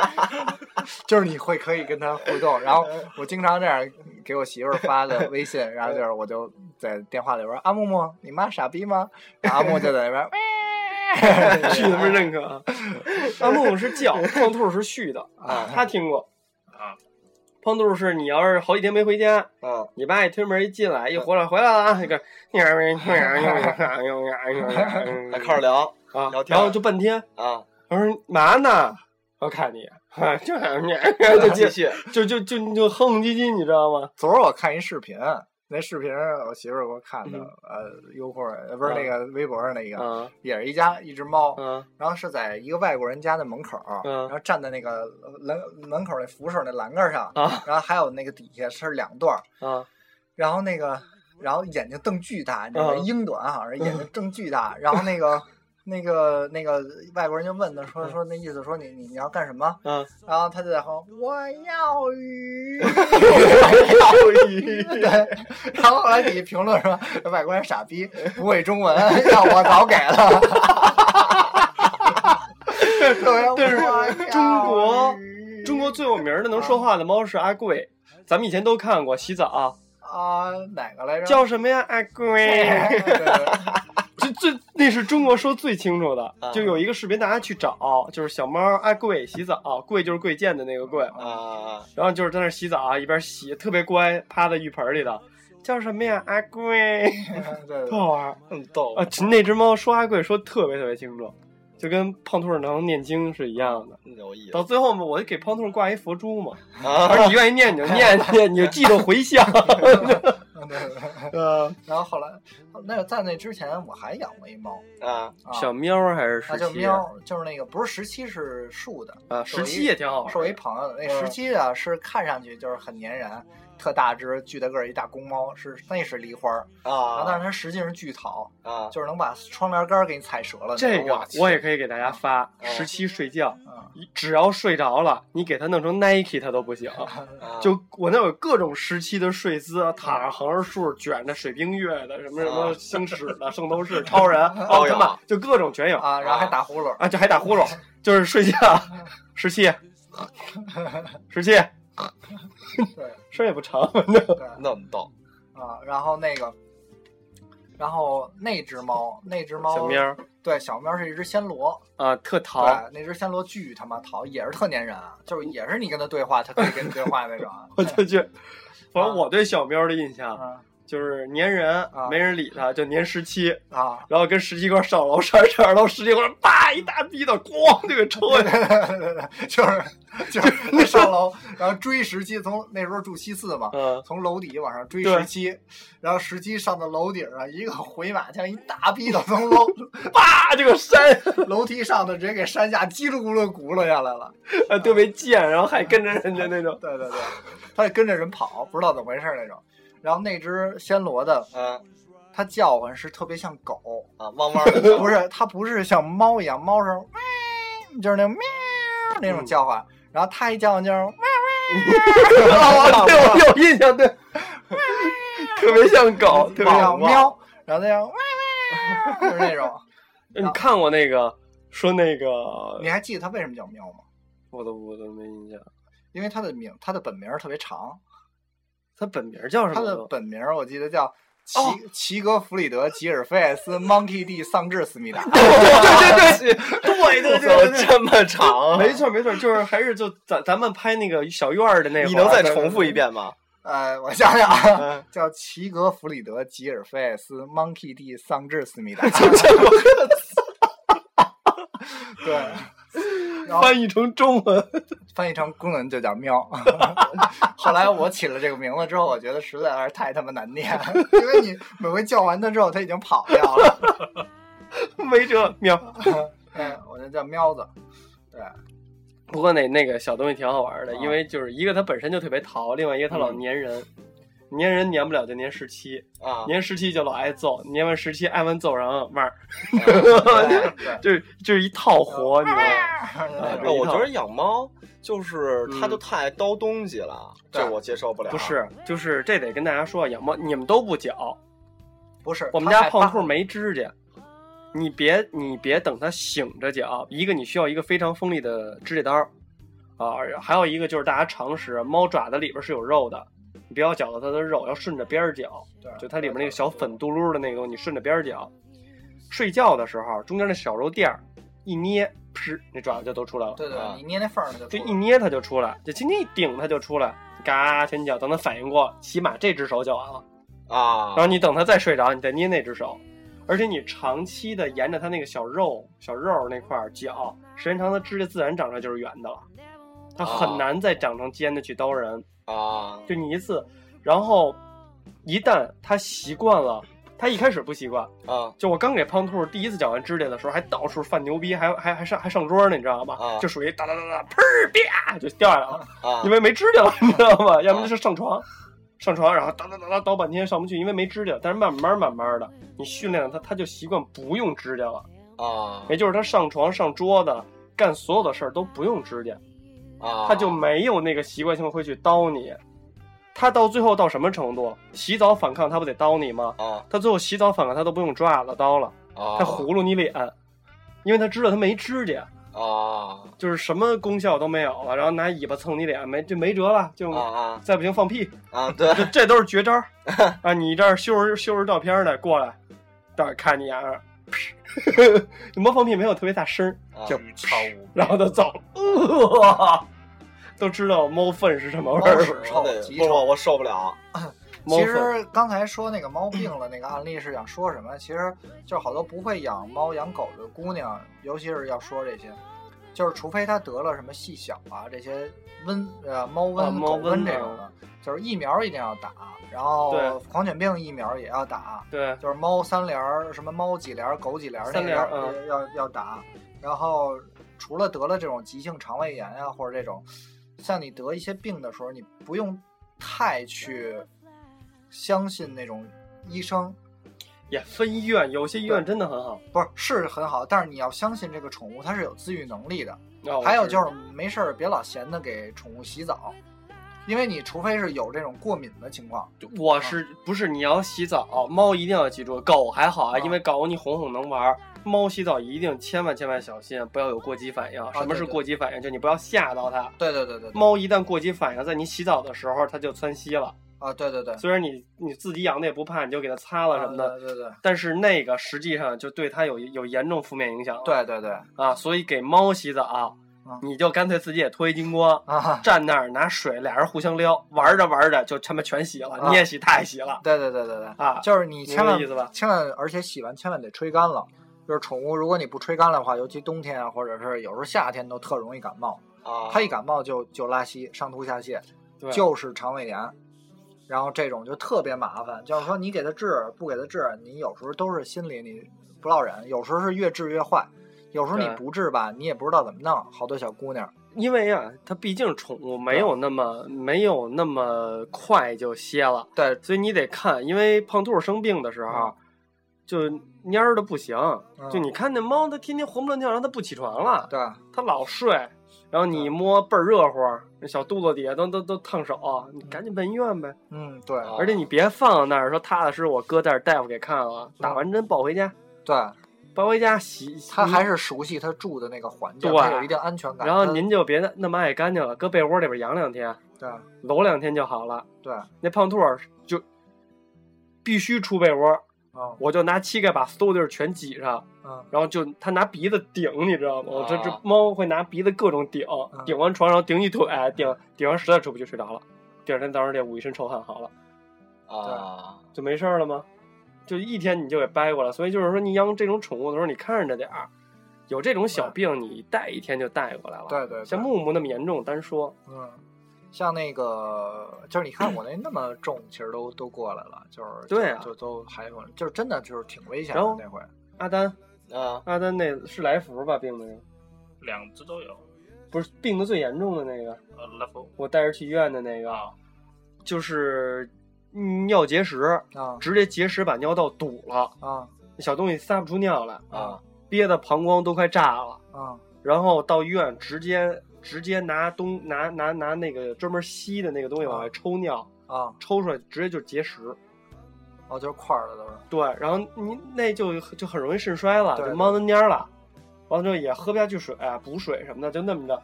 就是你会可以跟他互动，然后我经常这样给我媳妇儿发的微信，然后就是我就在电话里边儿阿木木你妈傻逼吗？然后阿木就在那边儿，
续他们认可啊。嗯 阿木是叫，胖兔是续 的
啊
他听过
啊。
胖兔是你要是好几天没回家，
嗯，
你爸一推门一进来，一回来回来了啊，一个喵喵喵喵喵喵
还
喵，
开始聊
啊
聊，天
然后就半天，
啊，
我说嘛呢？我看你，啊就 就
继续
就就就就哼哼唧唧，你知道吗？
昨儿我看一视频，那视频是我媳妇儿给我看的，
嗯
呃，优酷上呃不是
啊
那个微博上那个，
啊
也是一家一只猫，
啊
然后是在一个外国人家的门口，
嗯
然后站在那个呃栏门口那扶手那栏杆上，
啊
然后还有那个底下是两段儿，
啊！
然后那个然后眼睛瞪巨大，你知道吗？
嗯
英短好像是眼睛瞪巨大，然后那个。那个那个外国人就问他说说那意思说你你你要干什么？
啊
嗯，
然后他就在后面我要 鱼，
钓 鱼，
对，然后后来底下评论说外国人傻逼，不会中文， 要我早给了。
但是
对
中国
哎
中国最有名的能说话的猫是阿贵，咱们以前都看过洗澡、
啊，哪个来着？
叫什么呀？阿
哎
贵，
对对对
这最那是中国说最清楚的
啊，
就有一个视频大家去找，就是小猫阿贵洗澡，贵就是贵贱的那个贵，
啊，
然后就是在那儿洗澡，一边洗特别乖，趴在浴盆里头，叫什么呀？阿贵，
对
特
对，
好玩儿
很逗
啊！那只猫说阿贵说特别特别清楚，就跟胖兔能念经是一样的。
嗯有意思
到最后嘛，我就给胖兔挂一佛珠嘛，我
啊
说你愿意念你就念， 念你就记着回向。
呃，然后后来，那在那之前我还养过一猫，
啊
啊
小喵儿还是
那
十
叫
七
啊喵，就是那个不是十七是树的，
啊，
手
十
一
七也挺好玩儿的。
是我一朋友的。那十七啊，是看上去就是很粘人，特大只，巨大个儿一大公猫，是那是狸花儿，然后但
啊
是它实际上是巨草，
啊，
就是能把窗帘杆儿给你踩折了那种。
这个
去
我也可以给大家发。
嗯
十七睡觉，
啊哦嗯
只要睡着了，你给它弄成 Nike 它都不行。
啊
就我那有各种时期的睡姿，啊躺着横着竖着卷着水冰月的，什么什么
啊
星矢的、圣斗士、超 人、奥特曼
有，
就各种全有
啊，然后还打呼噜，
啊，就还打呼噜，就是睡觉。 十七，十七，
对
声儿也不长，反正
对
那么逗
啊，然后那个，然后那只猫，那只猫
小喵儿
对小喵是一只暹罗，
啊，特淘。
对，那只暹罗巨他妈淘，也是特粘人啊，就是也是你跟它对话，它可以跟你对话那种啊
我就觉得，反正我对小喵的印象
啊
就是粘人，没人理它，就粘十七，
啊，
然后跟十七一块儿上楼，上着上着楼，十七一块儿叭一大逼的，咣就给抽下去。
就是就是上楼，然后追十七，从那时候住西四嘛。
嗯，
从楼底往上追
对
十七，然后十七上到楼顶上，一个回马枪，一大逼的从楼
叭就给扇下 去，
楼梯上的直接给山下叽里咕噜轱辘下来了。
啊特别贱，然后还跟着人家那种。
对对对，他得跟着人跑，不知道怎么回事那种。然后那只暹罗的，
啊
它叫唤是特别像狗，
啊，汪汪的叫
不是它不是像猫一样，猫是喵，就是那种喵那种叫唤。然后它一叫唤就是喵，
啊，对，我有印象，对， 特别像狗，特
特别
别
像
像。
啊
喵，然后那样喵，就是那 种。
你看过那个说那个
你还记得它为什么叫喵吗？
我都我都没印象。
因为它的名它的本名儿特别长，
他本名叫什
它
么
的
呢？
本名儿我记得叫齐
哦
齐格弗里德·吉尔费埃斯 Monkey D. 桑治斯密达。
对对对对对对对对，
这么长，啊
没错没错，就是还是就咱咱们拍那个小院儿的那会儿，啊
你能再重复一遍吗？
呃，我想想啊，
嗯
叫齐格弗里德·吉尔费埃斯 Monkey D. 桑治斯密 达。对，然后
翻译成中文？
翻译成中文就叫喵。 后来我起了这个名字之后，我觉得实在是太他妈难 念，因为你每回叫完它之后，它已经跑掉 了。
没辙，秒。
对，我就叫喵子。对，
不过那那个小东西挺好玩的，
啊
因为就是一个它本身就特别淘，另外一个它老粘人，粘人粘不了就粘十七，
啊，
粘十七就老挨揍，粘完十七挨完揍然后玩
对
儿，
对，
就是就是一套活，你知道吗？
哎那
这
种
一
哎我
套
觉得养猫就是它
嗯
就太叨东西了，
对
这我接受不了。
不，是，就是这得跟大家说，养猫你们都不搅，
不是
我们
它
家
害
胖
怕
兔没指甲，你别你别等它醒着嚼。一个你需要一个非常锋利的指甲刀，啊，还有一个就是大家常识，猫爪子里边是有肉的，你不要绞到它的肉，要顺着边儿嚼，
对
就它里面那个小粉嘟噜的那个东西，你顺着边儿嚼。睡觉的时候，中间那小肉垫儿一捏，噗，那爪子就都出来了。
对对
啊，
你捏那缝儿它就
就
出
一
来了
捏它就出来，就轻轻一顶它就出来，嘎拳脚，等它反应过，起码这只手就完了。
啊
然，后你等它再睡着，你再捏那只手，而且你长期的沿着它那个小肉、小肉那块儿绞，时间长，它指甲自然长出来就是圆的了，它很难再长成尖的去刀人。
啊，
就你一次，然后一旦它习惯了，它一开始不习惯，
啊
就我刚给胖兔第一次绞完指甲的时候，还到处犯牛逼，还还还上还上桌呢，你知道吗？
啊
就属于哒哒哒哒，砰儿啪就掉下来了。
啊
因，为没指甲了，你知道吗？要不然就是上床，上床，然后哒哒哒哒倒半天上不去，因为没指甲。但是慢慢慢慢的，你训练了它，它就习惯不用指甲了。
啊
也就是它上床、上桌子、干所有的事儿都不用指甲，
啊，
它就没有那个习惯性会去叨你。它到最后到什么程度？洗澡反抗，它不得叨你吗？
啊
它最后洗澡反抗，它都不用抓了、叨了，
啊，
它葫芦你脸，因为它知道它没指甲。
啊
就是什么功效都没有了，然后拿尾巴蹭你脸，没就没辙了，就
啊啊
再不行放屁，
啊，对
这这都是绝招 儿啊！你这儿修着修着照片呢，过来，这儿看你啊， 噗模仿品没有特别大声儿，
啊
就
巨超无
然后就走了，呃 都知道猫粪是什么味
猫
儿，
屎
我
臭
得，
极
不
臭
不，。我受不了。
猫
其
粪
实刚才说那个猫病了那个案例是想说什么？其实就是好多不会养猫养狗的姑娘，尤其是要说这些，就是除非她得了什么细小啊这些瘟呃猫瘟、
啊猫
狗
瘟
这种的，就是疫苗一定要打，然后
对
狂犬病疫苗也要打，
对
就是猫三联儿什么猫几联儿狗几联儿那
三
个
联
要
儿嗯
要要打，然后除了得了这种急性肠胃炎啊或者这种，像你得一些病的时候，你不用太去相信那种医生，
也分医院，有些医院真的很好。
不是是很好，但是你要相信这个宠物它是有自愈能力的。
啊我
还有
知
就
道
哦是没事儿别老闲的给宠物洗澡，因为你除非是有这种过敏的情况，
我是
啊
不是你要洗澡，猫一定要记住，狗还好啊，
啊
因为狗你哄哄能玩儿。猫洗澡一定千万千万小心，不要有过激反应。什么
啊对
是
对
过激反应？就你不要吓到它。
对对对对对，
猫一旦过激反应，在你洗澡的时候它就窜稀了。
啊对对对，
虽然你你自己养的也不怕，你就给它擦了什么的，
啊对对对
但是那个实际上就对它有有严重负面影响了。
对对对
啊，所以给猫洗澡
啊，
你就干脆自己也脱一精光。
啊，
站那儿拿水，俩人互相撩，玩着玩着就他妈全洗了，
啊
你也洗，他也洗了
对对对 对对。
啊！
就是你千万
明白意思吧
千万，而且洗完千万得吹干了。就是宠物，如果你不吹干了的话，尤其冬天啊，或者是有时候夏天都特容易感冒。
啊，
它一感冒就就拉稀、上吐下泻，
对
就是肠胃炎。然后这种就特别麻烦，就是说你给它治不给它治，啊你有时候都是心里你不落忍，有时候是越治越坏，有时候你
对
不治吧，你也不知道怎么弄。好多小姑娘，
因为啊，它毕竟宠物没
啊
有那么没有那么快就歇了，
对，
所以你得看，因为胖兔生病的时候，
啊
就蔫儿的不行，就你看那猫，它天天活蹦乱跳，然后它不起床了，
嗯对啊
它老睡，然后你一摸倍儿热乎，那小肚子底下都都都烫手，你赶紧奔医院呗。
嗯，对
啊
而
哦
啊
且你别放那儿说踏踏实实，我搁这儿大夫给看了，打完针抱回家。
对，
搬回家洗，
他还是熟悉他住的那个环境，
对
他有一定安全感。
然后
他
您就别那那么爱干净了，搁被窝里边养两天，
对
搂两天就好了。
对，
那胖兔儿就必须出被窝，
嗯
我就拿膝盖把所有地儿全挤上，
嗯
然后就它拿鼻子顶，你知道吗？
啊
这这猫会拿鼻子各种顶，
嗯
顶完床然后顶一腿，顶顶完实在出不去睡着了，第二天早上得捂一身臭汗好了，
啊，
就没事儿了吗？就一天你就给掰过来，所以就是说你养这种宠物的时候，你看着点儿，有这种小病你带一天就带过来了。
对对对
像木木那么严重，单说
嗯，像那个就是你看我那那么重，其实都都过来了，就是
对啊
就就都还有，就是真的就是挺危险
然后
的那回。
阿丹，
啊，
阿丹那是来福吧病的，
两只都有，
不是病的最严重的那个，
呃，level
我带着去医院的那个，
啊，
就是嗯尿结石，
啊
直接结石把尿道堵了，
啊
那小东西撒不出尿来
啊，
憋的膀胱都快炸了，
啊
然后到医院直接直接拿东拿拿拿那个专门吸的那个东西往外抽尿，
啊！
抽出来直接就结石。
哦，就是块儿的都是。
对，然后你那就就很容易肾衰了，
对
就猫着蔫儿了，完了之后也喝不下去水、哎补水什么的，就那么着，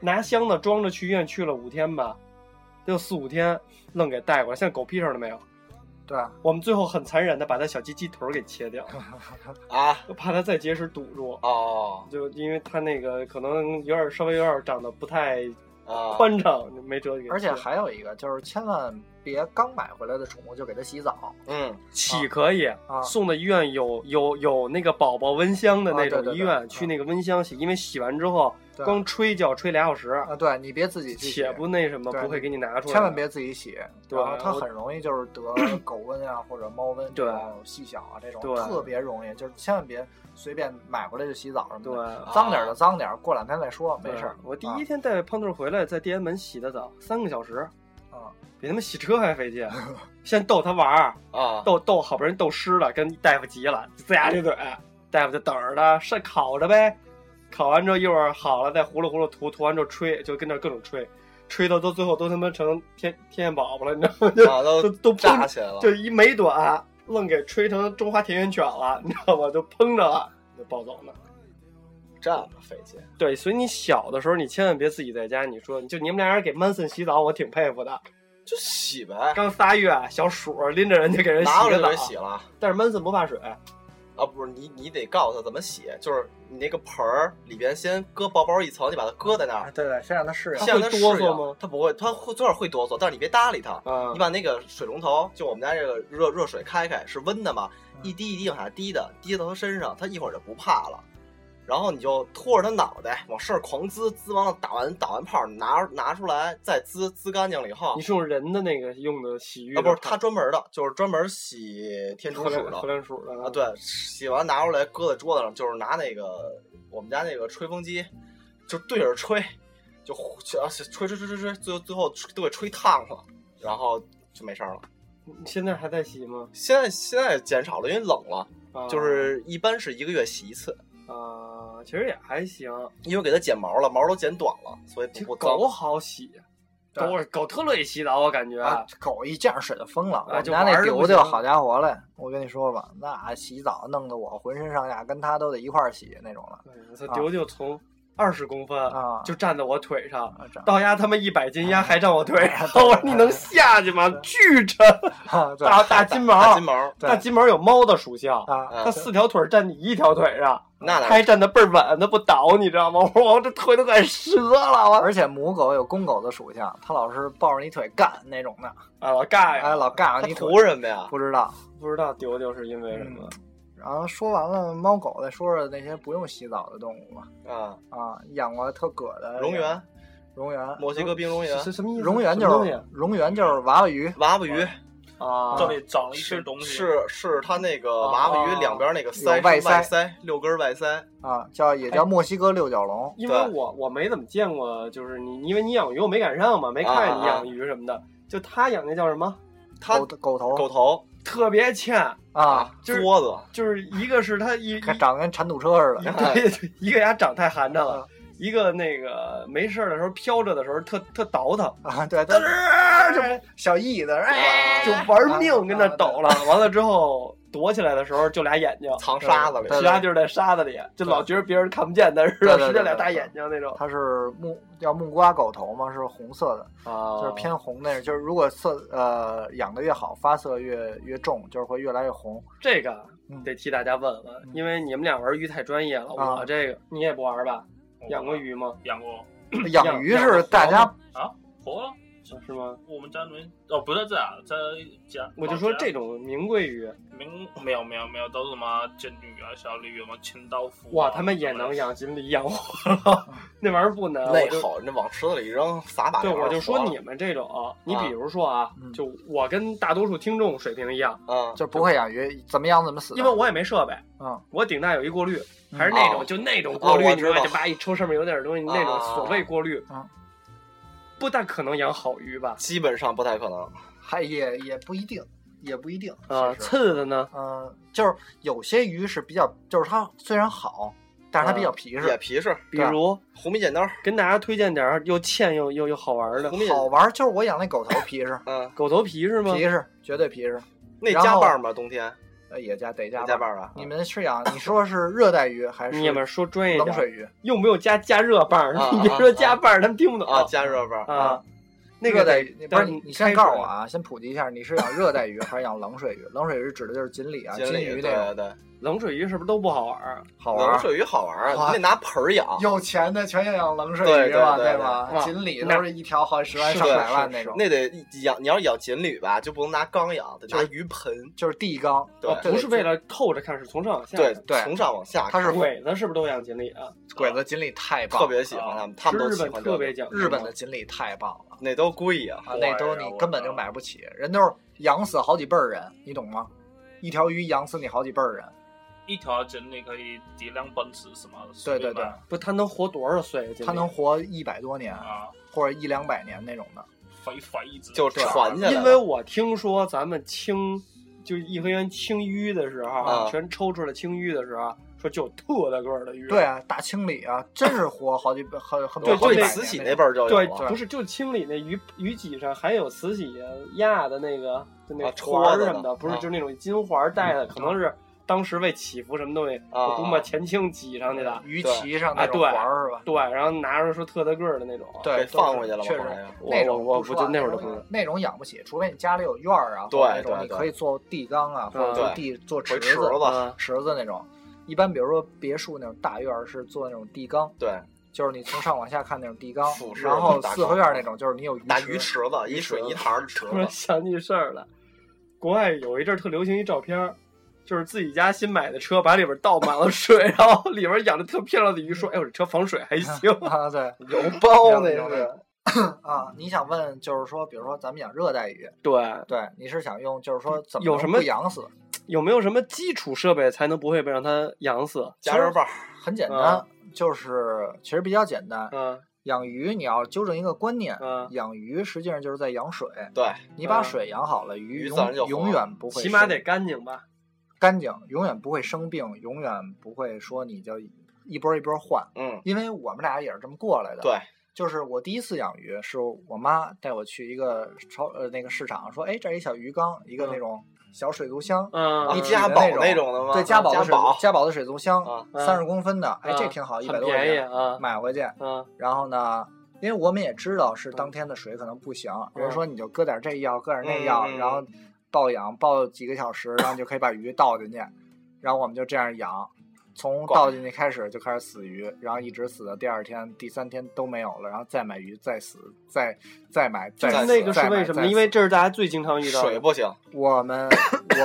拿箱子装着去医院去了五天吧，就四五天愣给带过来，现在狗屁事儿都没有。
对啊，
我们最后很残忍的把它小鸡鸡腿儿给切掉，
啊
就怕它再结石堵住。
哦
就因为它那个可能有点稍微有点长得不太
啊，
宽敞，没辙给切。
而且还有一个就是千万别刚买回来的宠物就给它洗澡。
嗯
起可以、
啊
送的医院有有有那个宝宝温箱的那
啊对
种
对
医
对
院，
啊
去那个温箱洗，因为洗完之后
对
光吹就要吹俩小时，
啊，对你别自己去洗
且，不那什么，
对
不会给你拿出来，
千万别自己洗，
对
然后它
我
很容易就是 得狗瘟啊或者猫瘟这种细小啊这种
对
特别容易，就是千万别随便买回来就洗澡什
对
么。的，脏点儿的脏点儿，过两天再说，
对
没事儿。
嗯我第一天带胖兔回来，在地安门洗的澡，三个小时，
啊
比他妈洗车还费劲。先逗他玩儿，
啊
逗逗好不容易逗湿了，跟大夫急了，龇牙咧嘴，大夫就等着他，晒烤着呗。烤完之后一会儿好了，再呼噜呼噜涂，涂完之后吹，就跟那儿各种吹，吹到都最后都他妈成天天线宝宝了，你知道吗？就
啊都
都都
炸
喷，
起来了，
就一美短，愣给吹成中华田园犬了， 你知道吗？就砰着了，就暴走了。
这么费劲
对，所以你小的时候，你千万别自己在家。你说，就你们俩人给 Manson 洗澡，我挺佩服的。
就洗呗，
刚仨月，啊小鼠拎着人家给人洗
拿过
个
来就
澡，
给洗啊了。
但是 Manson 不怕水，
啊，不是你，你得告诉他怎么洗，就是你那个盆儿里边先搁薄薄一层，你把它搁在那
啊
儿，
对对，先让它适应。
像
会
它
哆
适应
嗦吗？
它不会，它会多少会哆嗦，但是你别搭理它。
啊
你把那个水龙头，就我们家这个热热水开开，是温的嘛，一滴一滴往下滴的，滴到它身上，它一会儿就不怕了。然后你就拖着它脑袋往身上狂滋，滋完了打完打完泡，拿拿出来再滋，滋干净了以后
你，是用人的那个用的洗浴
啊
的
不是，它
泡
专门的，就是专门洗天竺
荷
鼠
兰
的
荷。兰鼠的
啊，，对，洗完拿出来搁在桌子上，就是拿那个我们家那个吹风机，就对着吹，就呼就吹吹吹吹吹，最后最后都给吹烫了，然后就没事儿了。
你现在还在洗吗？
现在现在减少了，因为冷了，
啊
就是一般是一个月洗一次，
啊，其实也还行。
因为给它剪毛了，毛都剪短了，所以
其实
不不
狗啊
脏。
好洗，
对
狗狗特乐意洗澡，我感觉。
啊，狗一见着水就疯了。我
啊
们
就
家
玩
那
儿都不
丢丢，
行
好家伙嘞！我跟你说吧，那洗澡弄得我浑身上下跟它都得一块儿洗那种了。
哎我操，丢丢从二十公分
啊
就站在我腿上，
啊，这
到丫他妈一百斤，
啊
丫还站我腿上，
对
我说你能下去吗？巨沉，
啊对
大大金毛
大，金毛，
对
大金毛有猫的属性，
啊，
啊
它四条腿站你一条腿上，
那
它
哪
还站得倍儿稳，它不倒，你知道吗？我 说我这腿都快折了，我
而且母狗有公狗的属性，它老是抱着你腿干那种的，
啊老尬
哎，
呀，
老尬着
它
你
图
腿。
什么呀？
不知道。
不知道丢丢是因为什么。
然后说完了猫狗，再说说那些不用洗澡的动物吧。
啊，
啊，养过特葛的
蝾螈，
蝾螈，
墨西哥冰嗯蝾螈，
是什么意思？
蝾螈
什么
就
东西
是蝾螈就是娃娃鱼，
娃娃鱼
啊，
这里长了一
是
身东西，
是是它那个娃娃鱼两边那个
有
鳃
外
是外
鳃
鳃，六根外鳃。
啊，叫也叫墨西哥六角龙。
因为我我没怎么见过，就是你因为你养鱼我没赶上嘛，没看见你
啊啊
养鱼什么的。
嗯
就他养那叫什么，
它
狗狗头
哎狗头
特别欠，
啊，
就是
桌子
就是一个是他一一
看长得跟铲土车 似的。
哎
对对，一个牙长太寒碜了
啊，
一个那个没事儿的时候飘着的时候特特倒腾，
啊，对，啊它是小翼子，哎，
啊
就玩命跟那抖了。完了之后，躲起来的时候就俩眼睛，
藏沙子里
对
其他地儿在沙子里，就老觉得别人看不见，但是
对对对
实际俩大眼睛那种
它是木叫木瓜狗头嘛，是红色的，
啊，
就是偏红那种，就是如果色呃养的越好，发色越越重，就是会越来越红。
这个
嗯
得替大家问问，因为你们俩玩鱼太专业了，
啊
我这个你也不玩吧？
我
养过，鱼吗？
养过，
养鱼
养
是
的
大
活
家
活了。
是吗？
我们家里面哦，不在这啊，在家。
我就说
老家
这种名贵鱼，
明没有没有没有，都是什么金鱼啊、小鲤鱼啊、清道夫啊。
哇，他们也能养锦鲤养活 了，那玩意儿不难。我
那
就
好，那往池子里一扔，撒把
对，
油
我就说
活了
你们这种啊，你比如说啊
嗯，
就我跟大多数听众水平一样，
嗯，
就是不会养鱼，怎么养怎么死。
因为我也没设备，
嗯，
我顶大有一过滤，还是那种
哦
就那种过滤，
哦我
你知道
知道哦
就叭一抽上面有点东西，那种所谓过滤
啊，
不大可能养好鱼吧？
基本上不太可能。
还也也不一定，也不一定
啊，
其实
刺的呢？
嗯，就是有些鱼是比较，就是它虽然好，但是它比较皮
也
实，
皮实，
比如
红米剪刀，
跟大家推荐点儿又欠又又又好玩的
红米
好玩儿。就是我养那狗头皮实，
嗯，
狗头皮是吗？
皮实，绝对皮实，
那
然
加
后
瓣儿吗？冬天
呃，也加得加
加
瓣
瓣
儿。
儿吧？
你们是养，你说是热带鱼还是
你们说专业
冷
点儿，
水鱼？
用不用加加热棒儿
啊？啊
你别说加棒儿，他们听不懂
啊，加热瓣儿，
啊。那
热
个
带
得
鱼不
但
是
是
你，你先告诉我
啊。
啊，先普及一下，你是养热带鱼还是养冷水鱼？冷水鱼指的就是锦鲤啊、
锦
金
鲤，
鱼
对
那种，
对对，
冷水鱼是不是都不好玩儿？
好玩
冷
儿。
水鱼好玩儿，
好啊
你得拿盆儿养。
有钱的全要养冷水
对
鱼嘛，
对对
吧？
对
锦鲤
那
都是一条好几十万、
是
上
的
百万
是
那种，
那得养，你要养锦鲤吧，就不能拿缸养，得拿鱼盆。
就是地缸，
对
不是为了透着看，是从上往下看。
对
对
从上往下看，
它是
鬼子是不是都养锦鲤啊？
鬼子锦鲤太棒了，
特别喜欢他
啊
们，他们都
日
喜
本
欢
特
这
别
个，
讲究
日本的锦鲤太棒了
那都贵呀。
啊，那都
我
你
操
根本就买不起，人都是养死好几辈儿人，你懂吗？一条鱼养死你好几辈儿人，
一条锦鲤可以抵辆奔驰什么的。
对对对，
不，它能活多少岁啊？锦鲤
它能活一百多年
啊，
或者一两百年那种的。
肥肥一只。
就
啊
传下来了，
因为我听说咱们清，就颐和园清淤的时候，
啊
全抽出来清淤的时候，啊说就有特大个儿的鱼。
对啊，大清理啊，真是活好几很很
对
多好
就
几
那
百
慈禧
年种
那辈儿就有
对，
了，
不是就清理那鱼鱼脊上还有慈禧压的那个就那
啊
环儿
戳的
什么的，
呢
不是
啊嗯
就那种金环儿戴的，可能是当时为祈福什么东西，
啊嗯
我估摸前清挤上去的。
鱼
对
鳍上那
啊
种
对
环儿是吧？
对，然后拿着说特大个儿的那种。
对，
给
都是
放回去了吗？
确
后来啊
实。
呀
那种
我我
不
我就
算
那会儿
那
就
种
不是
那种养不起，除非你家里有院儿啊，
对
或者那种
对
你
对
可以做地缸啊，或者
嗯
做
对
地做池
回
子
池子，嗯
啊，
池子那种。一般比如说别墅那种大院儿是做那种地缸，
对，
就是你从上往下看那种地缸
俯，视
然后
那种大啊
四合院儿那种就是你有
大
鱼
鱼池子，一水泥塘的池
突然
子，
想起事儿来，国外有一阵儿特流行一照片儿，就是自己家新买的车，把里边倒满了水， 然后里边养着特漂亮的鱼，说：“哎呦，这车防水还行。
啊， 对
有包
那
那
种
是。
啊。你想问就是说，比如说咱们养热带鱼，”
对，
对，你是想用就是
嗯
说怎么
有
能
什么
不养死？
有没有什么基础设备才能不会被让它养死？
加热棒儿，
很简单，
啊
就是其实比较简单。
啊
嗯
养鱼你要纠正一个观念，
嗯，
养鱼实际上就是在养水。
对，
你把
啊
水养好了，鱼
鱼
永
自然就活
永远不会
起
生，
码得干净吧？
干净，永远不会生病，永远不会说你就一波一波换。
嗯，
因为我们俩也是这么过来的。
对，
就是我第一次养鱼，是我妈带我去一个超呃那个市场，说哎这儿一小鱼缸，一个那
嗯
种小水族箱，
嗯，
一
体
家
的
宝
那种
那种的吗？
对，嘉宝的
家
水族
宝，
嘉宝的水族箱
啊，
三十公分的，哎，
啊
这挺好，一百
很
多块
便宜
钱嗯
啊
买回去。
啊
然后呢，因为我们也知道是当天的水可能不行，人说你就搁点这药，搁点那药，
嗯嗯嗯
然后抱养抱几个小时，然后你就可以把鱼倒进去。然后我们就这样养，从倒进去开始就开始死鱼，然后一直死到第二天、第三天都没有了，然后再买鱼，再死，再再买，再
就
死，
那个是
再买
为什么
再
呢？
死
因为这是大家最经常遇到的
水不行，
我 们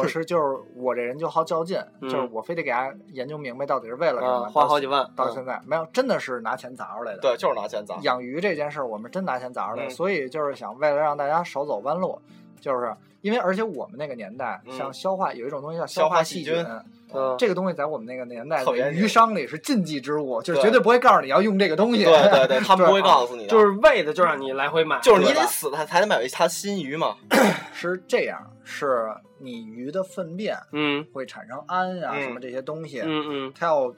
我是就是我这人就好较劲，
嗯
就是我非得给他研究明白到底是为了什么，
啊，花好几万
到现在没有，真的是拿钱砸出来的。
嗯对，就是拿钱砸。
养鱼这件事儿，我们真拿钱砸出来，
嗯
所以就是想为了让大家少走弯路，就是因为而且我们那个年代，
嗯
像消化有一种东西叫
消
消
化
细
细
菌，
菌
嗯，
这个东西在我们那个年代
特别
的
严
鱼商里是禁忌之物，就是
对
绝对不会告诉你要用这个东西。啊
对对对，他们 不会告诉你的，
嗯就是为的就让你来回买，
就是你
对吧
得死他才能买一条新鱼嘛。
是这样，是你鱼的粪便
嗯
会产生氨啊、
嗯
什么这些东西，
嗯嗯
它要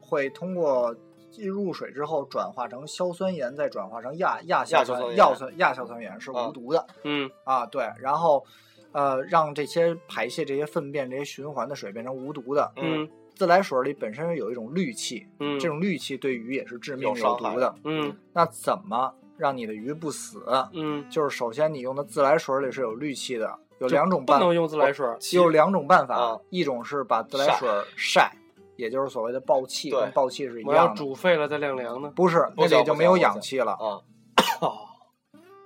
会通过进入水之后转化成硝酸盐，再转化成亚亚硝
亚硝酸盐
亚硝亚硝酸盐是无毒的、
嗯
啊。对，然后呃，让这些排泄这些粪便这些循环的水变成无毒的。
嗯
自来水里本身有一种氯气，
嗯，
这种氯气对鱼也是致命
有伤
有
害
毒的。
嗯
那怎么让你的鱼不死？
嗯，
就是首先你用的自来水里是有氯气的，有两种
不
办法
能，用自来水，
有两种办法，
啊
一种是把自来水晒，也就是所谓的爆气，
对
跟爆气是一
我要
样的。
煮沸了再晾凉呢。
不是，
不
那
行
里就
不
没
行
有
不
氧
行
气了。
啊，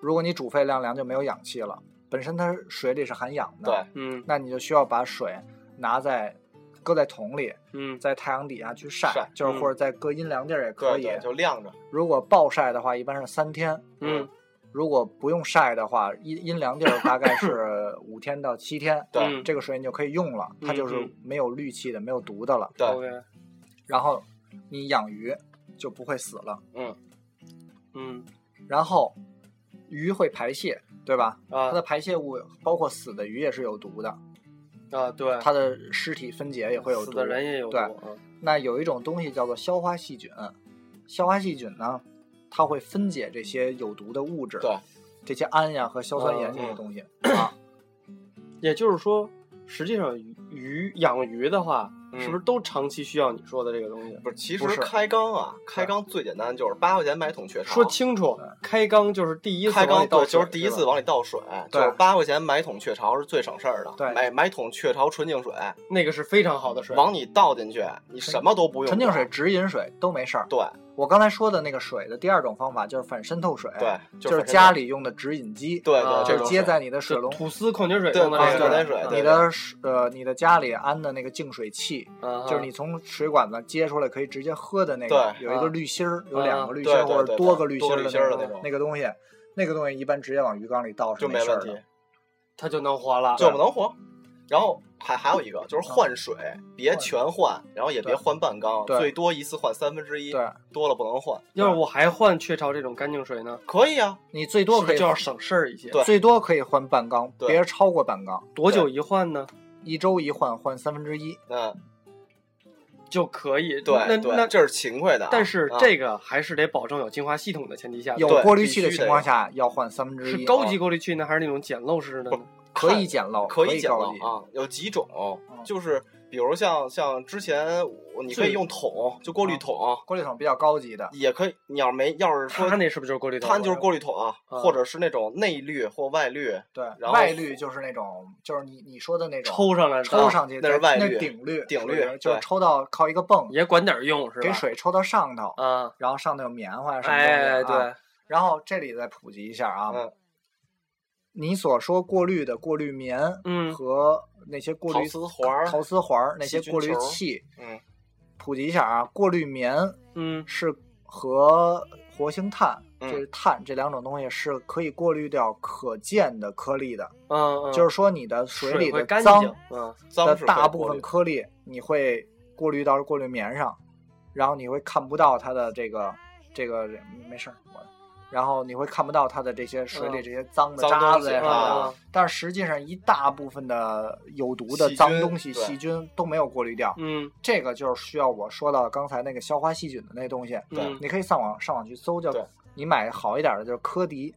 如果你煮沸晾凉就没有氧气了，本身它水里是含氧的，
对，
嗯
那你就需要把水拿在搁在桶里，
嗯
在太阳底下去晒，
晒
就是
嗯
或者在搁阴凉地儿也可
对
以。
对，就晾着，
如果暴晒的话，一般是三天；
嗯
如果不用晒的话，阴阴凉地儿大概是五天到七天。
对
嗯
这个水你就可以用了，它就是
嗯
没有氯气的，没有毒的了。
对，
，OK，
然后你养鱼就不会死了，
嗯
然后鱼会排泄，对吧？它
啊
的排泄物包括死的鱼也是有毒的，
啊，对，
它的尸体分解也会有
死
毒。
的人也有毒
对
啊
那有一种东西叫做硝化细菌，硝化细菌呢，它会分解这些有毒的物质，
对，
这些氨呀和硝酸盐
嗯
这些东西。
也就是说，实际上鱼鱼养鱼的话，
嗯
是不是都长期需要你说的这个东西？
不是，其
不
实
是
开缸啊，开缸最简单就是八块钱买桶雀巢，
说清楚，开缸就是第一次
开
往
缸
里倒
对，
水
就是第一次
吧
往里倒水，就
对
是八块钱买桶雀巢是最省事儿的，
对
买买桶雀巢纯净水，
那个是非常好的水，
往你倒进去，你什么都不用管，
纯净水、直饮水都没事儿。
对
我刚才说的那个水的第二种方法就是反渗透水，
对，
就是是家里用的直饮机，
对
啊
就
对，这
是
种
接
水啊
在你的水啊
就
龙头。
吐司矿泉水
对
用的那
矿
个啊
泉水对
你的水呃，你的家里安的那个净水器，
啊
就是你从水管子接出来可以直接喝的那个，
对
有一
啊
个滤芯儿，有两个滤芯
对
儿
对
或者
对
多
对
个滤
多
芯
个
儿
滤
的
芯儿的
那
那种
个那个东西，那个东西一般直接往鱼缸里倒是
就
没
没
事
问
儿
题
的。，
它就能活了。
就不能活。然后还还有一个就是换水，别全换，然后也别换半缸，
对
最多一次换三分之一，
对，
多了不能换。
要是我还换雀巢这种干净水呢，
可以啊，
你最多
是不
可
是
以
就要省事儿一些。
对
最多可以换半缸，
对
别超过半缸，
多久一换呢
一周一换，换三分之一。
嗯，
就可以？
对
那
对，
那
这是勤快的啊。
但是
啊
这个还是得保证有净化系统的前提下，
有
对
过滤
必
器的
须
情
得
况
有
下要换三分之
是
一，哦
啊
高级过滤器呢，还是那种简陋式的呢？
可以简陋，
可
以
讲
高级
了啊，有几种，就是比如像像之前我你可以用桶，就过滤桶，
过滤桶比较高级的，
也可以。你要是没要是说
它那是不是就是过滤头？
它就是过滤桶啊，
啊
或者是那种内滤或外滤，
对，
然后
外滤就是那种，就是你你说的那种
抽上来的，啊
抽上去，
那是外
那
滤
顶滤，
顶滤
属于就是
对
抽到靠一个泵，
也管点用是吧？
给水抽到上头，
啊，
然后上头有棉花什么东西、啊
哎，对，
然后这里再普及一下啊，
嗯
你所说过滤的过滤棉
嗯
和那些过
陶
滤
瓷环儿，
陶瓷环儿那些
细菌
过滤
球儿
器，
嗯，
普及一下啊，过滤棉
嗯
是和活性炭，
嗯
就是碳这两种东西是可以过滤掉可见的颗粒的，
嗯，嗯
就是说你的水
水
里
会
的
干
脏
净，嗯
的
脏是
大
可以
部
过
分
滤的
颗粒，你会过滤到过滤棉上，然后你会看不到它的这个这个没事儿，我然后你会看不到它的这些水里
嗯
这些脏的
脏
渣
东
子
西
呀什么
啊
的，但是实际上一大部分的有毒的
细
脏
菌
东西、
对
细菌都没有过滤掉，
嗯
这个就是需要我说到刚才那个消化细菌的那东西，
嗯
你可以上网上网去搜，叫
对
你买好一点的就是科迪，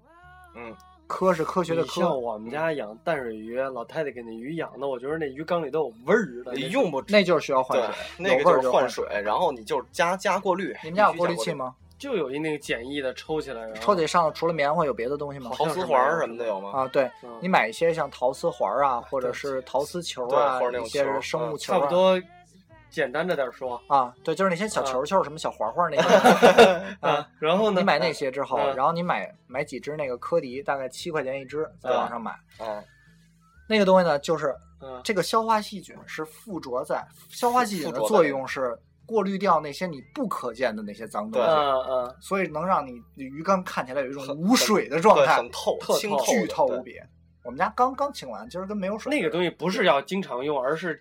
嗯，
科是科学的
你像
科，
我们家养淡水鱼，老太太给那鱼养的，我觉得那鱼缸里都有味儿的。
你用不着
那就是需要换
对
水，，
那
有
个
味儿
就是
就
换
水。
水，然后你就加加过滤。
你们家有
必须
过
加
滤器？吗？
就有一那个简易的抽起来，然后
抽屉上头除了棉花有别的东西吗？
陶瓷环儿什么的有吗？
啊，对
嗯
你买一些像陶瓷环儿啊，或者是陶瓷球啊，
对或者那种
一些
球儿嗯
是生物球、啊，
差不多，简单着点说
啊，对，就是那些小球
嗯
球，什么小环 环那些啊。。
然后呢？
你买那些之后，
嗯
然后你买买几只那个科迪，大概七块钱一只，在网上买。
嗯，
那个东西呢，就是
嗯
这个消化细菌是附着在消化细菌的
附着在
作用是过滤掉那些你不可见的那些脏东
对
西，
嗯嗯，
所以能让你鱼缸看起来有一种
很
无水的状
对，
态，
很透，
特
清
透
透
巨
的
透
对
无比。我们家刚刚清完，今儿跟没有水。
那个东西不是要经常用，而是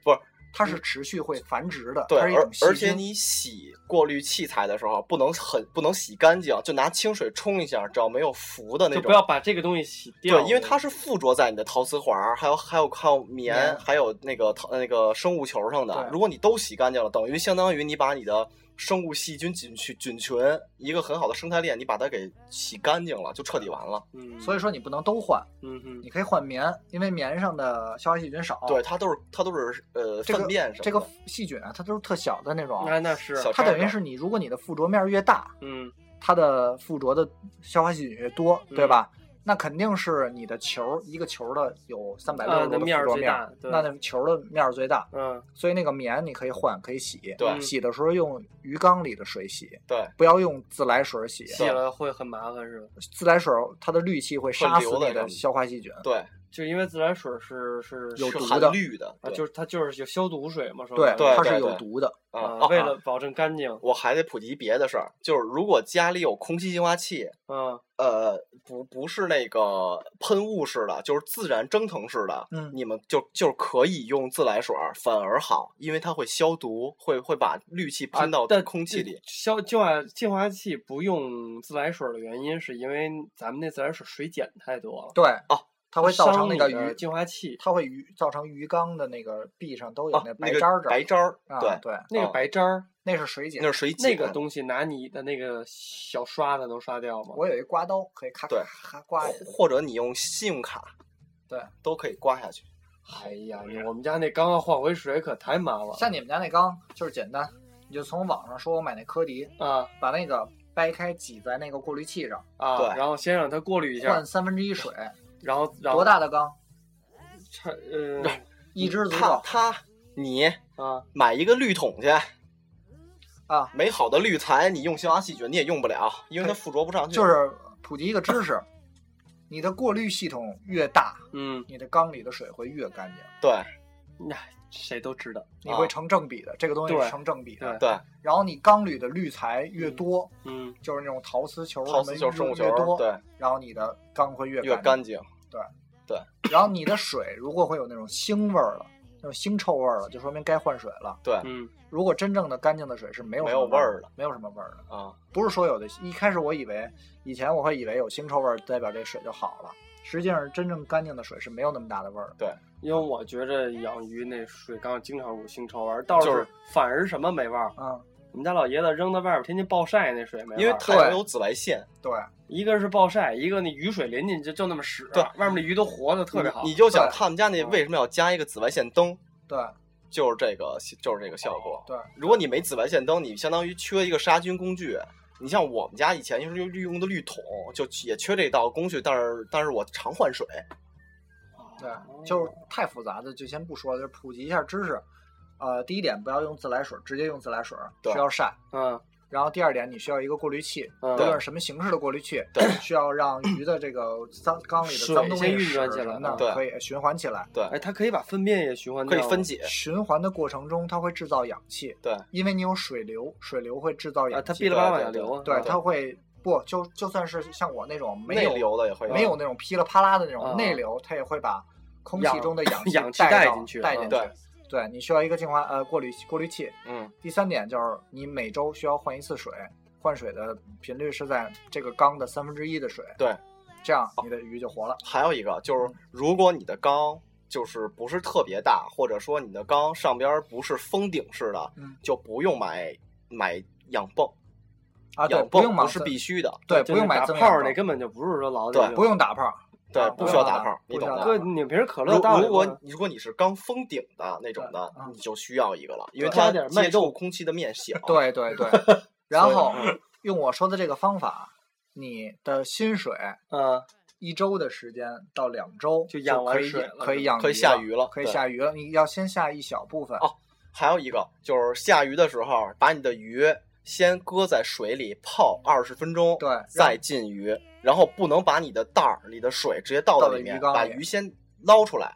它是持续会繁殖的，
嗯对，
它是一
而
种细菌
而且你洗过滤器材的时候，啊不能很不能洗干净，啊就拿清水冲一下，只要没有浮的那
就
种，
不要把这个东西洗掉。
对，因为它是附着在你的陶瓷环儿，还有还有还有棉，
棉
呃还有那个陶那个生物球上的。
对
如果你都洗干净了，等于相当于你把你的生物细菌菌群菌群，一个很好的生态链，你把它给洗干净了，就彻底完了。
嗯，
所以说你不能都换，
嗯哼，
你可以换棉，因为棉上的消化细菌少。
对，，它都是它都是呃
哦这
粪
个
便什么的。
这个细菌啊，它都是特小的那种，
那那是，
小
它
渣
等于
渣
是你如果你的附着面越大，
嗯
它的附着的消化细菌越多，
嗯
对吧？那肯定是你的球一个球的有三百六
啊
十度
那
的
面
附
儿
着
最
面
大
儿，
对
那那球的面儿最大，
嗯，
所以那个棉你可以换，可以洗。
对
洗的时候用鱼缸里的水洗，
对，
不要用自来水洗。
洗了会很麻烦是吧？
自来水它的氯气会杀死
会流的
你
那
的
种
消化细菌。
对，
就因为自来水是是
有
是
毒
含
的
氯的，
啊，
对
就是它就是有消毒水嘛，说
对，
白了
对
它是
对
有
对
毒的。
啊
啊，为了保证干净，
我还得普及别的事儿，就是如果家里有空气净化器，
嗯
呃，不不是那个喷雾式的，就是自然蒸腾式的，
嗯
你们就就可以用自来水儿，反而好，因为它会消毒，会会把氯气
啊
喷到
但
空气里。
消净化净化器不用自来水的原因，是因为咱们那自来水水碱太多了，
对，
哦，
它会造成
伤
那个
你的
鱼，
净化器，
它会鱼造成鱼缸的那个壁上都有
啊，那
白
个
渣儿渣儿。
白渣儿，
啊，
对，
对，
那个
哦
白渣儿，
那是水
那
碱。
是水碱，
那个东西拿你的那个小刷子能刷掉吗？
我有一刮刀，可以咔
对
咔咔刮一下。
或者你用信用卡，
对，
都可以刮下去。
哎呀，你我们家那刚刚换回水可太麻烦了
像你们家那缸就是简单，你就从网上说我买那科迪，
啊
把那个掰开挤在那个过滤器上，
对
啊！然后先让它过滤一下
换，三分之一水，
然后然后
多大的缸？
差呃
嗯
一只足
他
够
他你
啊
买一个滤桶去，
啊！
没好的滤材，你用消化细菌你也用不了，因为它附着不上去。
就是普及一个知识，你的过滤系统越大，
嗯，
你的缸里的水会越干净，
对
那谁都知道，
你
啊
会成正比的。这个东西
对
是成正比的。
对
对，
然后你缸里的滤材越多，
嗯。
就是那种陶瓷球、啊
陶瓷球、生物球
越多，，
对，
然后你的缸会越
越
干
干净。
净。然后你的水如果会有那种腥味儿了，那种腥臭味儿了，就说明该换水了。
对，
嗯
如果真正的干净的水是没有
没
什么
有味儿的，
没有什么味儿的。
啊，
不是说有的，一开始我以为，以前我会以为有腥臭味儿代表这水就好了，实际上真正干净的水是没有那么大的味儿的。
因为我觉着养鱼那水缸经常有腥臭味儿，倒
就是
反而什么没味儿。啊
嗯，
我们家老爷子扔到外边儿，天天暴晒那水没味儿。
因为太阳
对
有紫外线，
对，
一个是暴晒，一个那雨水淋进去就那么屎，
对
外面的鱼都活的特别好。
你就想
对
他们家那为什么要加一个紫外线灯，
对，
就是这个就是这个效果。
对，
如果你没紫外线灯，你相当于缺一个杀菌工具。你像我们家以前就是用利用的滤桶，就也缺这道工序，但是但是我常换水。
对，就是太复杂的就先不说，就是普及一下知识。呃，第一点不要用自来水，直接用自来水，
对
需要晒。
嗯
然后第二点，你需要一个过滤器，
嗯
无论是什么形式的过滤器，
对
需要让鱼的这个脏缸里的
水
脏东西
先运
屎
转起来
什么的
对
可以循环起来。
哎，它可以把粪便也循环
可
掉，
以分解。
循环的过程中，它会制造氧气，
对，
因为你有水流，水流会制造
啊，
氧
它
气。
噼里啪啦往下流啊。
对，
嗯
它会不就就算是像我那种没
内
有
流的也会
没有那种噼里啪啦的那
啊
种内流，它也会把空
氧
气中的氧
氧气
带
带
到
进去嗯
带进去。
对
对，你需要一个净化呃过滤过滤器。
嗯，
第三点就是你每周需要换一次水，换水的频率是在这个缸的三分之一的水。
对，
这样你的鱼就活了。
还有一个就是，如果你的缸就是不是特别大，或者说你的缸上边不是封顶式的，
嗯
就不用买买氧泵，
啊，对
氧，
不
泵
用买
是
增
必须的，
对，
就
不用
那
买
打
增
泡
氧
儿，那
泵，
根本就不是说老
对
得
不用打泡儿。
对
啊，
不
不
需要
用
打
打
泡儿，你
不
懂
需要
的
打。
对，你平时可乐
如
倒
如果如果你是刚封顶的那种的
对啊，
你就需要一个了，因为
对加
它
点麦
接触
豆
空气的 面小。
对对 对，然后
嗯
用我说的这个方法，你的薪水
啊，
一周的时间到两周
就养完
可以
水
养
了
可以养
可以
鱼
下
了
鱼了
可以
对
下鱼了。你要先下一小部分，
哦还有一个就是下鱼的时候，把你的鱼先搁在水里泡二十分钟，
对然
再进鱼，然后不能把你的袋儿里的水直接倒
倒
到
到
里面，
鱼缸
把
里
鱼先捞出来，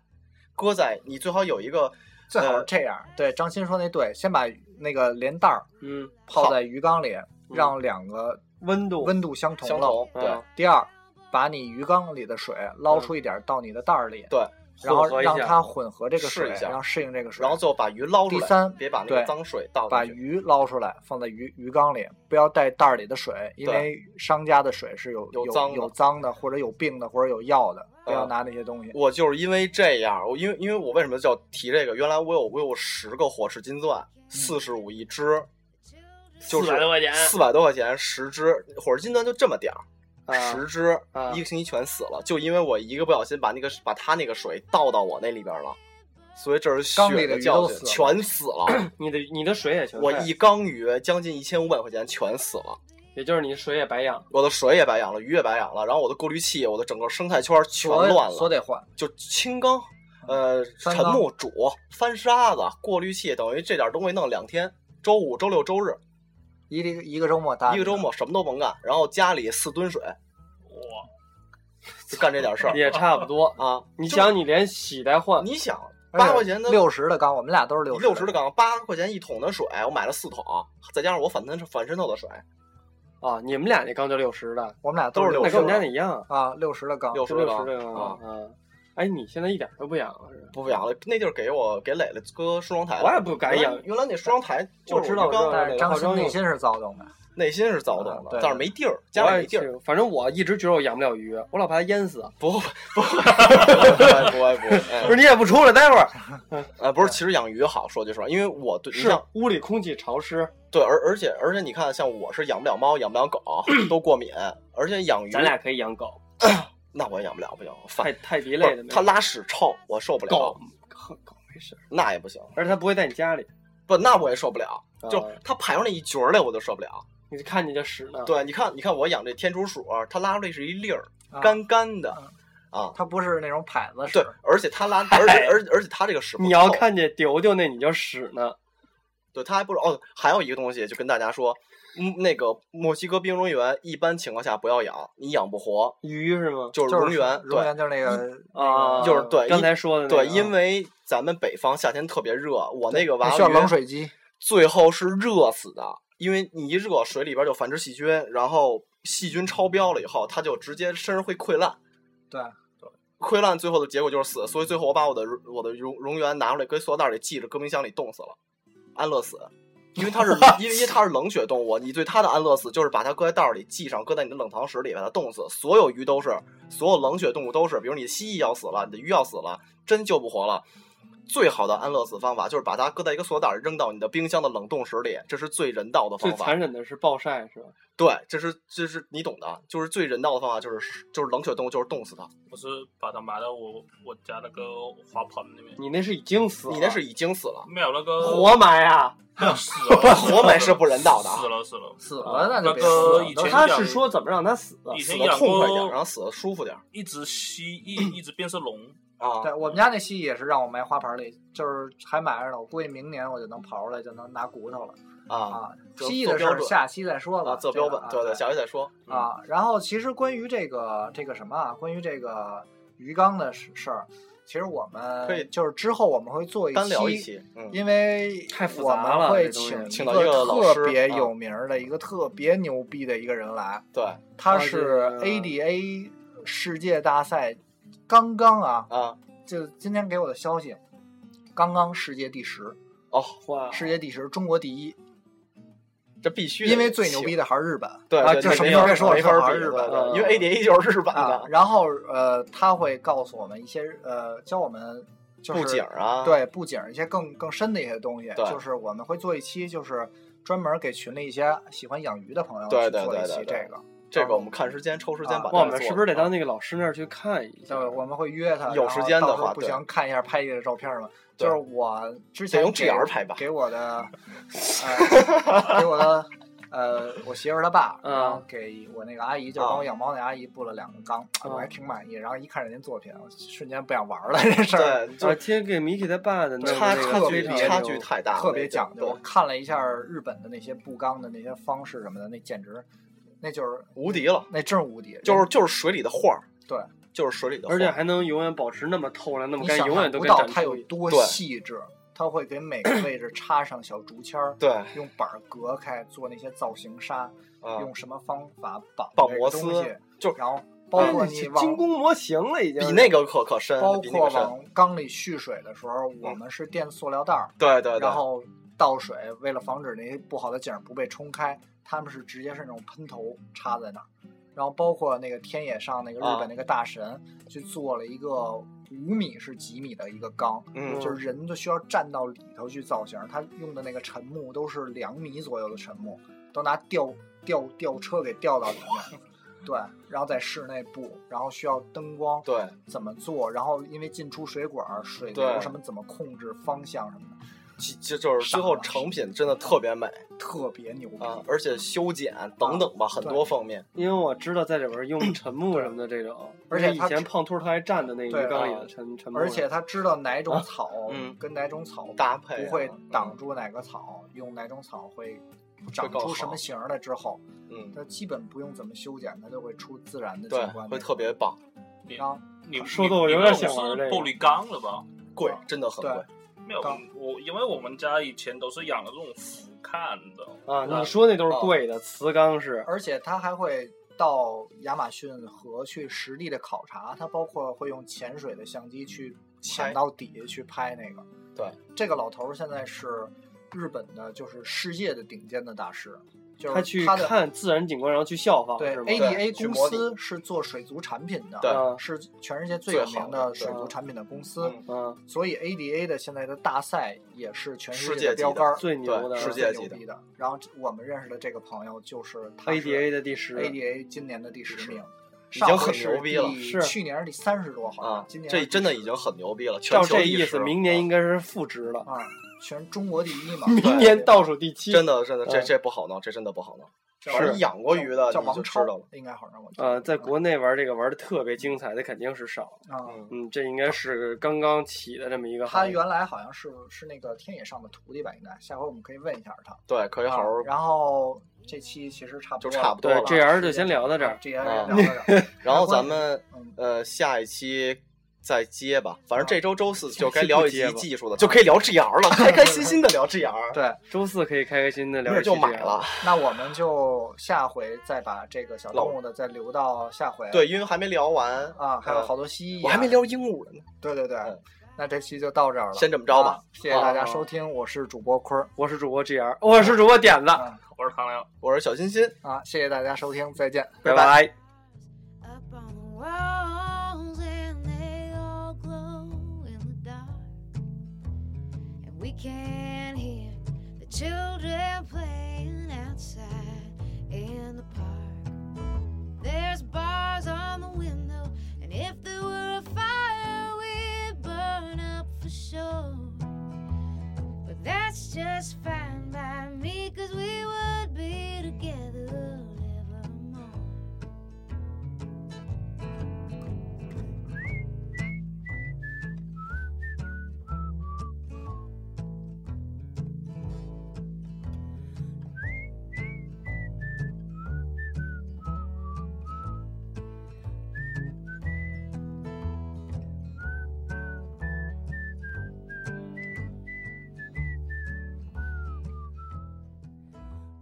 搁在你最好有一个
最好
呃
是这样。对，张鑫说那对，先把那个连袋儿
嗯，
泡
泡
在鱼缸里，让两个
温度
温度相同
嗯相
了。
同，对
嗯
第二，把你鱼缸里的水捞出一点儿到你的袋儿里，
对，
然后
混合一
让
下
它混合这个
试一
水，
下
然后适应这个水，
然后最后把鱼捞出
第
来
三，
别把那个
对
脏水倒
把
进去。
鱼捞出来放在鱼鱼缸里，不要带袋儿里的水，因为商家的水是有
有
有
脏的
有脏的，或者有病的，或者有药的，不要
嗯
拿那些东西。
我就是因为这样，我因为因为我为什么
嗯
叫提这个？原来我有我有十个火翅金钻，四十五一只，就
四
是
百多块钱，
四百多块钱十只，火石金钻就这么点儿，
啊
十只，
啊
一个星期全死了，就因为我一个不小心把那个把他那个水倒到我那里边了，所以这是
缸里
血
的
的
鱼
教
都
训，
死了
全死了。
你的你的水也全
我
废
一缸鱼将近一千五百块钱全死了，
也就是你水也白养，
我的水也白养了，鱼也白养了，然后我的过滤器，我的整个生态圈全
所
乱了，
所得换，
就清缸，呃，
翻
沉
缸
木煮翻沙子过滤器，等于这点东西弄两天，周五、周六、周日
一个一个周末搭
一个周末什么都甭干，然后家里四吨水，
哇，
就干这点事儿
也差不多。
啊。
你
就
想，你连洗带换，
你想八块钱的
六十的缸，我们俩都是六
六十的，缸，八块钱一桶的水，我买了四桶，再加上我反渗反渗透的水，
啊，你们俩那缸就六十的，
我们俩
都是
是
六
那
十
跟我们家
的
那一样，
啊，六十的缸，
六十
六
的
十
缸
的缸
啊，
啊。哎，你现在一点都不养了是吧？
不养了。那地儿给我给磊磊搁梳妆台了，
哎我也不敢养
原来原来那梳妆台就
我
是
知道
鱼
我
缸
知道
但是张鑫
化妆
内
用
心是躁动的，
内心是躁动
啊
的
对，
但是没地儿，家里没地
我
儿，
也是反正我一直觉得我养不了鱼，我老怕它淹死。
不会不会不会不会不会，哎
不是 你也不出来，待会儿
呃，不是，其实养鱼好，说句实话，因为我对你
是
像
屋里空气潮湿，
对，而而且而且你看，像我是养不了猫，养不了狗， 都过敏，而且养鱼，
咱俩可以养狗，
那我也养不了，不行，
泰
反
泰迪
不
类
是
的没有
它拉屎臭，我受不了
狗，狗狗没事，
那也不行，
而且它不会在你家里，
不那我也受不了，就
啊
它排出那一角儿来我就受不了。
你看你的屎呢。
对，啊你看你看我养这天竺鼠，它拉出来是一粒儿，
啊
干干的，啊，
它不是那种牌子
对
式，，
而且它拉，而且而且而且它这个屎不
你要
臭
看见丢丢那你就屎呢，
对，他还不是哦，还有一个东西就跟大家说，嗯，那个墨西哥冰溶螈一般情况下不要养，你养不活，
鱼是吗？
就是
就是
蝾螈，
蝾螈
对
就是那个
啊，
就是对
刚
一
才说的那个啊
对，因为咱们北方夏天特别热，我那个
那
娃
需要
娃
呃冷
鱼
水机，
最后是热死的，因为你一热，水里边就繁殖细菌，然后细菌超标了以后，它就直接身上会溃烂，
对，
溃烂最后的结果就是死，所以最后我把我的我的蝾蝾螈拿出来搁塑料袋里系着，搁冰箱里冻死了，安乐死。因为它是因为因为它是冷血动物，你对它的安乐死就是把它搁在袋儿里系上，搁在你的冷藏室里把它冻死。所有鱼都是，所有冷血动物都是，比如你的蜥蜴要死了，你的鱼要死了，真救不活了。最好的安乐死方法就是把它搁在一个塑料袋儿，扔到你的冰箱的冷冻室里，这是最人道的
最
方法
残。忍的是暴晒是吧？
对，这是这是你懂的，就是最人道的方法，就是就是冷血动物就是冻死它。
我是把它埋到我我家那个花盆里面，
你那是已经死了，
你那是已经死了，
没有那个
活埋啊？
死 了，
活埋是不人道的啊
死了死了。
死了那就
那
别
个
死
以
了
前
他
养
是说怎么让它死？
以
死
前
的
养
痛快点儿，然
过
后死的舒服点儿
一只蜥 蜴，一直变色龙，
啊。
对我们家那蜥蜴也是让我埋花盆里，就是还埋着呢。我估计明年我就能刨出来，就能拿骨头了
啊
啊。
就
蜥蜴
做
的事
标
儿
准
下期再说吧。
啊，做
这个
标
啊，
本对对，下回再嗯说。
啊。然后其实关于这个这个什么啊，关于这个鱼缸的事事儿，其实我们
可以
就是之后我们会做
单聊一，期，嗯，
因为
太复
我
杂
们
了
会
这东西
请
请
一
到一个老
个特
师
别
啊
有名儿的一个特别牛逼的一个人来，
对
他
啊这
是
个
ADA 世界大赛刚刚啊
啊，
就今天给我的消息，刚刚世界第十，
哦，
哇，
世界第十，中国第一，
这必须得
因为最牛逼
请
的还是日本
对
啊
对
就
对
什么
没
都
法
别说了
没法
正好
比
是日
对
本
对
的
因为 ADA 就是日本
啊
的。
然后呃，他会告诉我们一些呃，教我们就是
布景啊，
对布景一些更更深的一些东西，
对
就是我们会做一期，就是专门给群里一些喜欢养鱼的朋友
对
去
对
做
对
一期
对对
这个。
这个我们看时间抽时间
啊
把这个做
哇
了。
我们是不是得到那个老师那儿去看一下？
对，我们会约他，
有
然后
时间的
到时候
话
不
对
行看一下拍一的照片嘛。就
对
是我之
得
前
用
给
GR 拍吧
给我的， 呃，给我的呃，我媳妇儿她爸，
嗯
然后给我那个阿姨，就是帮我
啊
养猫那阿姨布了两个缸，
啊
我
嗯
还挺满意。然后一看人家作品，我瞬间不想玩了， 这事儿
对，
啊，
就
贴给米奇他爸的那个
差
那
差
个非
距
常
差
牛
距太大了，
特别
那个
讲究。
对
我看了一下日本的那些布缸的那些方式什么的，那简直，那就是
无敌了，
那真是无敌，
就是就是水里的画儿，
嗯对，
就是水里的画
而
儿，
且还能永远保持那么透亮、那么
你
干，
想
永
象
远都
不
跟
到
展
它有
出一
多
对，
细致，它会给每个位置插上小竹签儿
对
用板儿隔开做那些造型纱，
啊，
用什么方法绑
绑
这个
摩
东
丝
西，
就
然后包括
哎
你
是
往
精工模型了，已经
比那个可可深
包，
比那
括
个深，
往缸里蓄水的时候，我们是垫塑料袋儿，
对对对
然，后倒水，为了防止那些不好的景儿不被冲开，他们是直接是那种喷头插在那儿。然后包括那个天野上那个日
啊
本那个大神，去做了一个五米是几米的一个缸，
嗯
就是人都需要站到里头去造型。他用的那个沉木都是两米左右的沉木，都拿吊吊吊车给吊到里面。对，然后在室内布，然后需要灯光，
对，
怎么做？然后因为进出水管、水流
对
什么怎么控制方向什么的，
就就就是最后成品真的特别美
特别牛逼。
啊，而且修剪等等吧，很多方面。
因为我知道在里边用沉木什么的这种，
而且
以
它
前胖兔他还站的那鱼
对
缸里
啊
的沉沉木，
而且他知道哪种草
嗯
跟哪种草
搭配啊
不会挡住哪个草，用哪种草会长
更
出什
好
么形儿来之后，
嗯，
它基本不用怎么修剪，它就会出自然的
对
景，观。
会特别棒，
别
然后
你
说得我有点想玩
是
这个
玻璃缸了吧？
贵，真的很
啊对
贵。
没有
缸，
我因为我们家以前都是养的这种福看的，
啊，
那
你说那都是贵的，瓷缸是
而且它还会到亚马逊河去实地的考察，它包括会用潜水的相机去潜
拍
到底下去拍那个。
对，
这个老头儿现在是日本的，就是世界的顶尖的大师，就
他
是
去
他的
看自然景观，然后去效仿，
对
是吗？
对
ADA
去
公
模拟
司是做水族产品的，
对
嗯
是全世界最有
最
名
好的
的水族
对
产品的公司，
嗯
嗯，
所以 ADA 的现在的大赛也是全世
世
界
界
的
级
标杆
的
儿，
最牛的
对
是
世
最
界
牛
级的
逼的。然后我们认识的这个朋友就是他是
ADA 的第十
ADA 今年的第十名，
已
上
经
回
很
是
牛逼了
第
是
去年是第三十多，好
啊
像今，年
这
是
真的
第
已经很牛逼了，全
照
球啊
这
第
意思，
十嗯
明年应该是负值了，
啊，全中国第一嘛，
明年倒数第七。
真的真的这
啊
嗯
这不好弄，这真的不好弄。
叫
反正养过鱼的
叫
你就
王
知
超
道了，
应该好像我记得
呃，在国内玩这个玩的特别精彩的肯定是少，
啊。
嗯，
嗯，这应该是刚刚起的这么一个
他
行业。
原来好像是是那个天野上的徒弟吧，应该下回我们可以问一下他。
对，可以好好
啊然后这期其实差不
就
多
差不多
对
了。啊
这样就先聊到这儿。
这样聊到这儿，
然后咱们
嗯
呃下一期再接吧，反正这周周四就
下期
该聊一
不接
期
吧
技术的，就可以聊 GR 了，开开心心的聊 GR，
对，
周四可以开开心的
没
聊
准
一期
就
这样
买了。。
那我们就下回再把这个小动物的再留到下回。
对，因为还没聊完
啊，还有
嗯
好多蜥蜴啊，
我还没聊鹦鹉呢，
对对对
嗯，
那这期就到这儿了，
先这么着吧
啊谢谢大家收听，我是主播坤儿
我是主播 GR，我是主播点子，
啊
我是唐亮。
我是小欣欣。
啊，谢谢大家收听，再见。
拜拜
up on the walls and they all glow in the dark. And we can hear the children playing outside in the park. There's bars on the window, and if there were a fire, we'd burn up for sure. But that's just fine.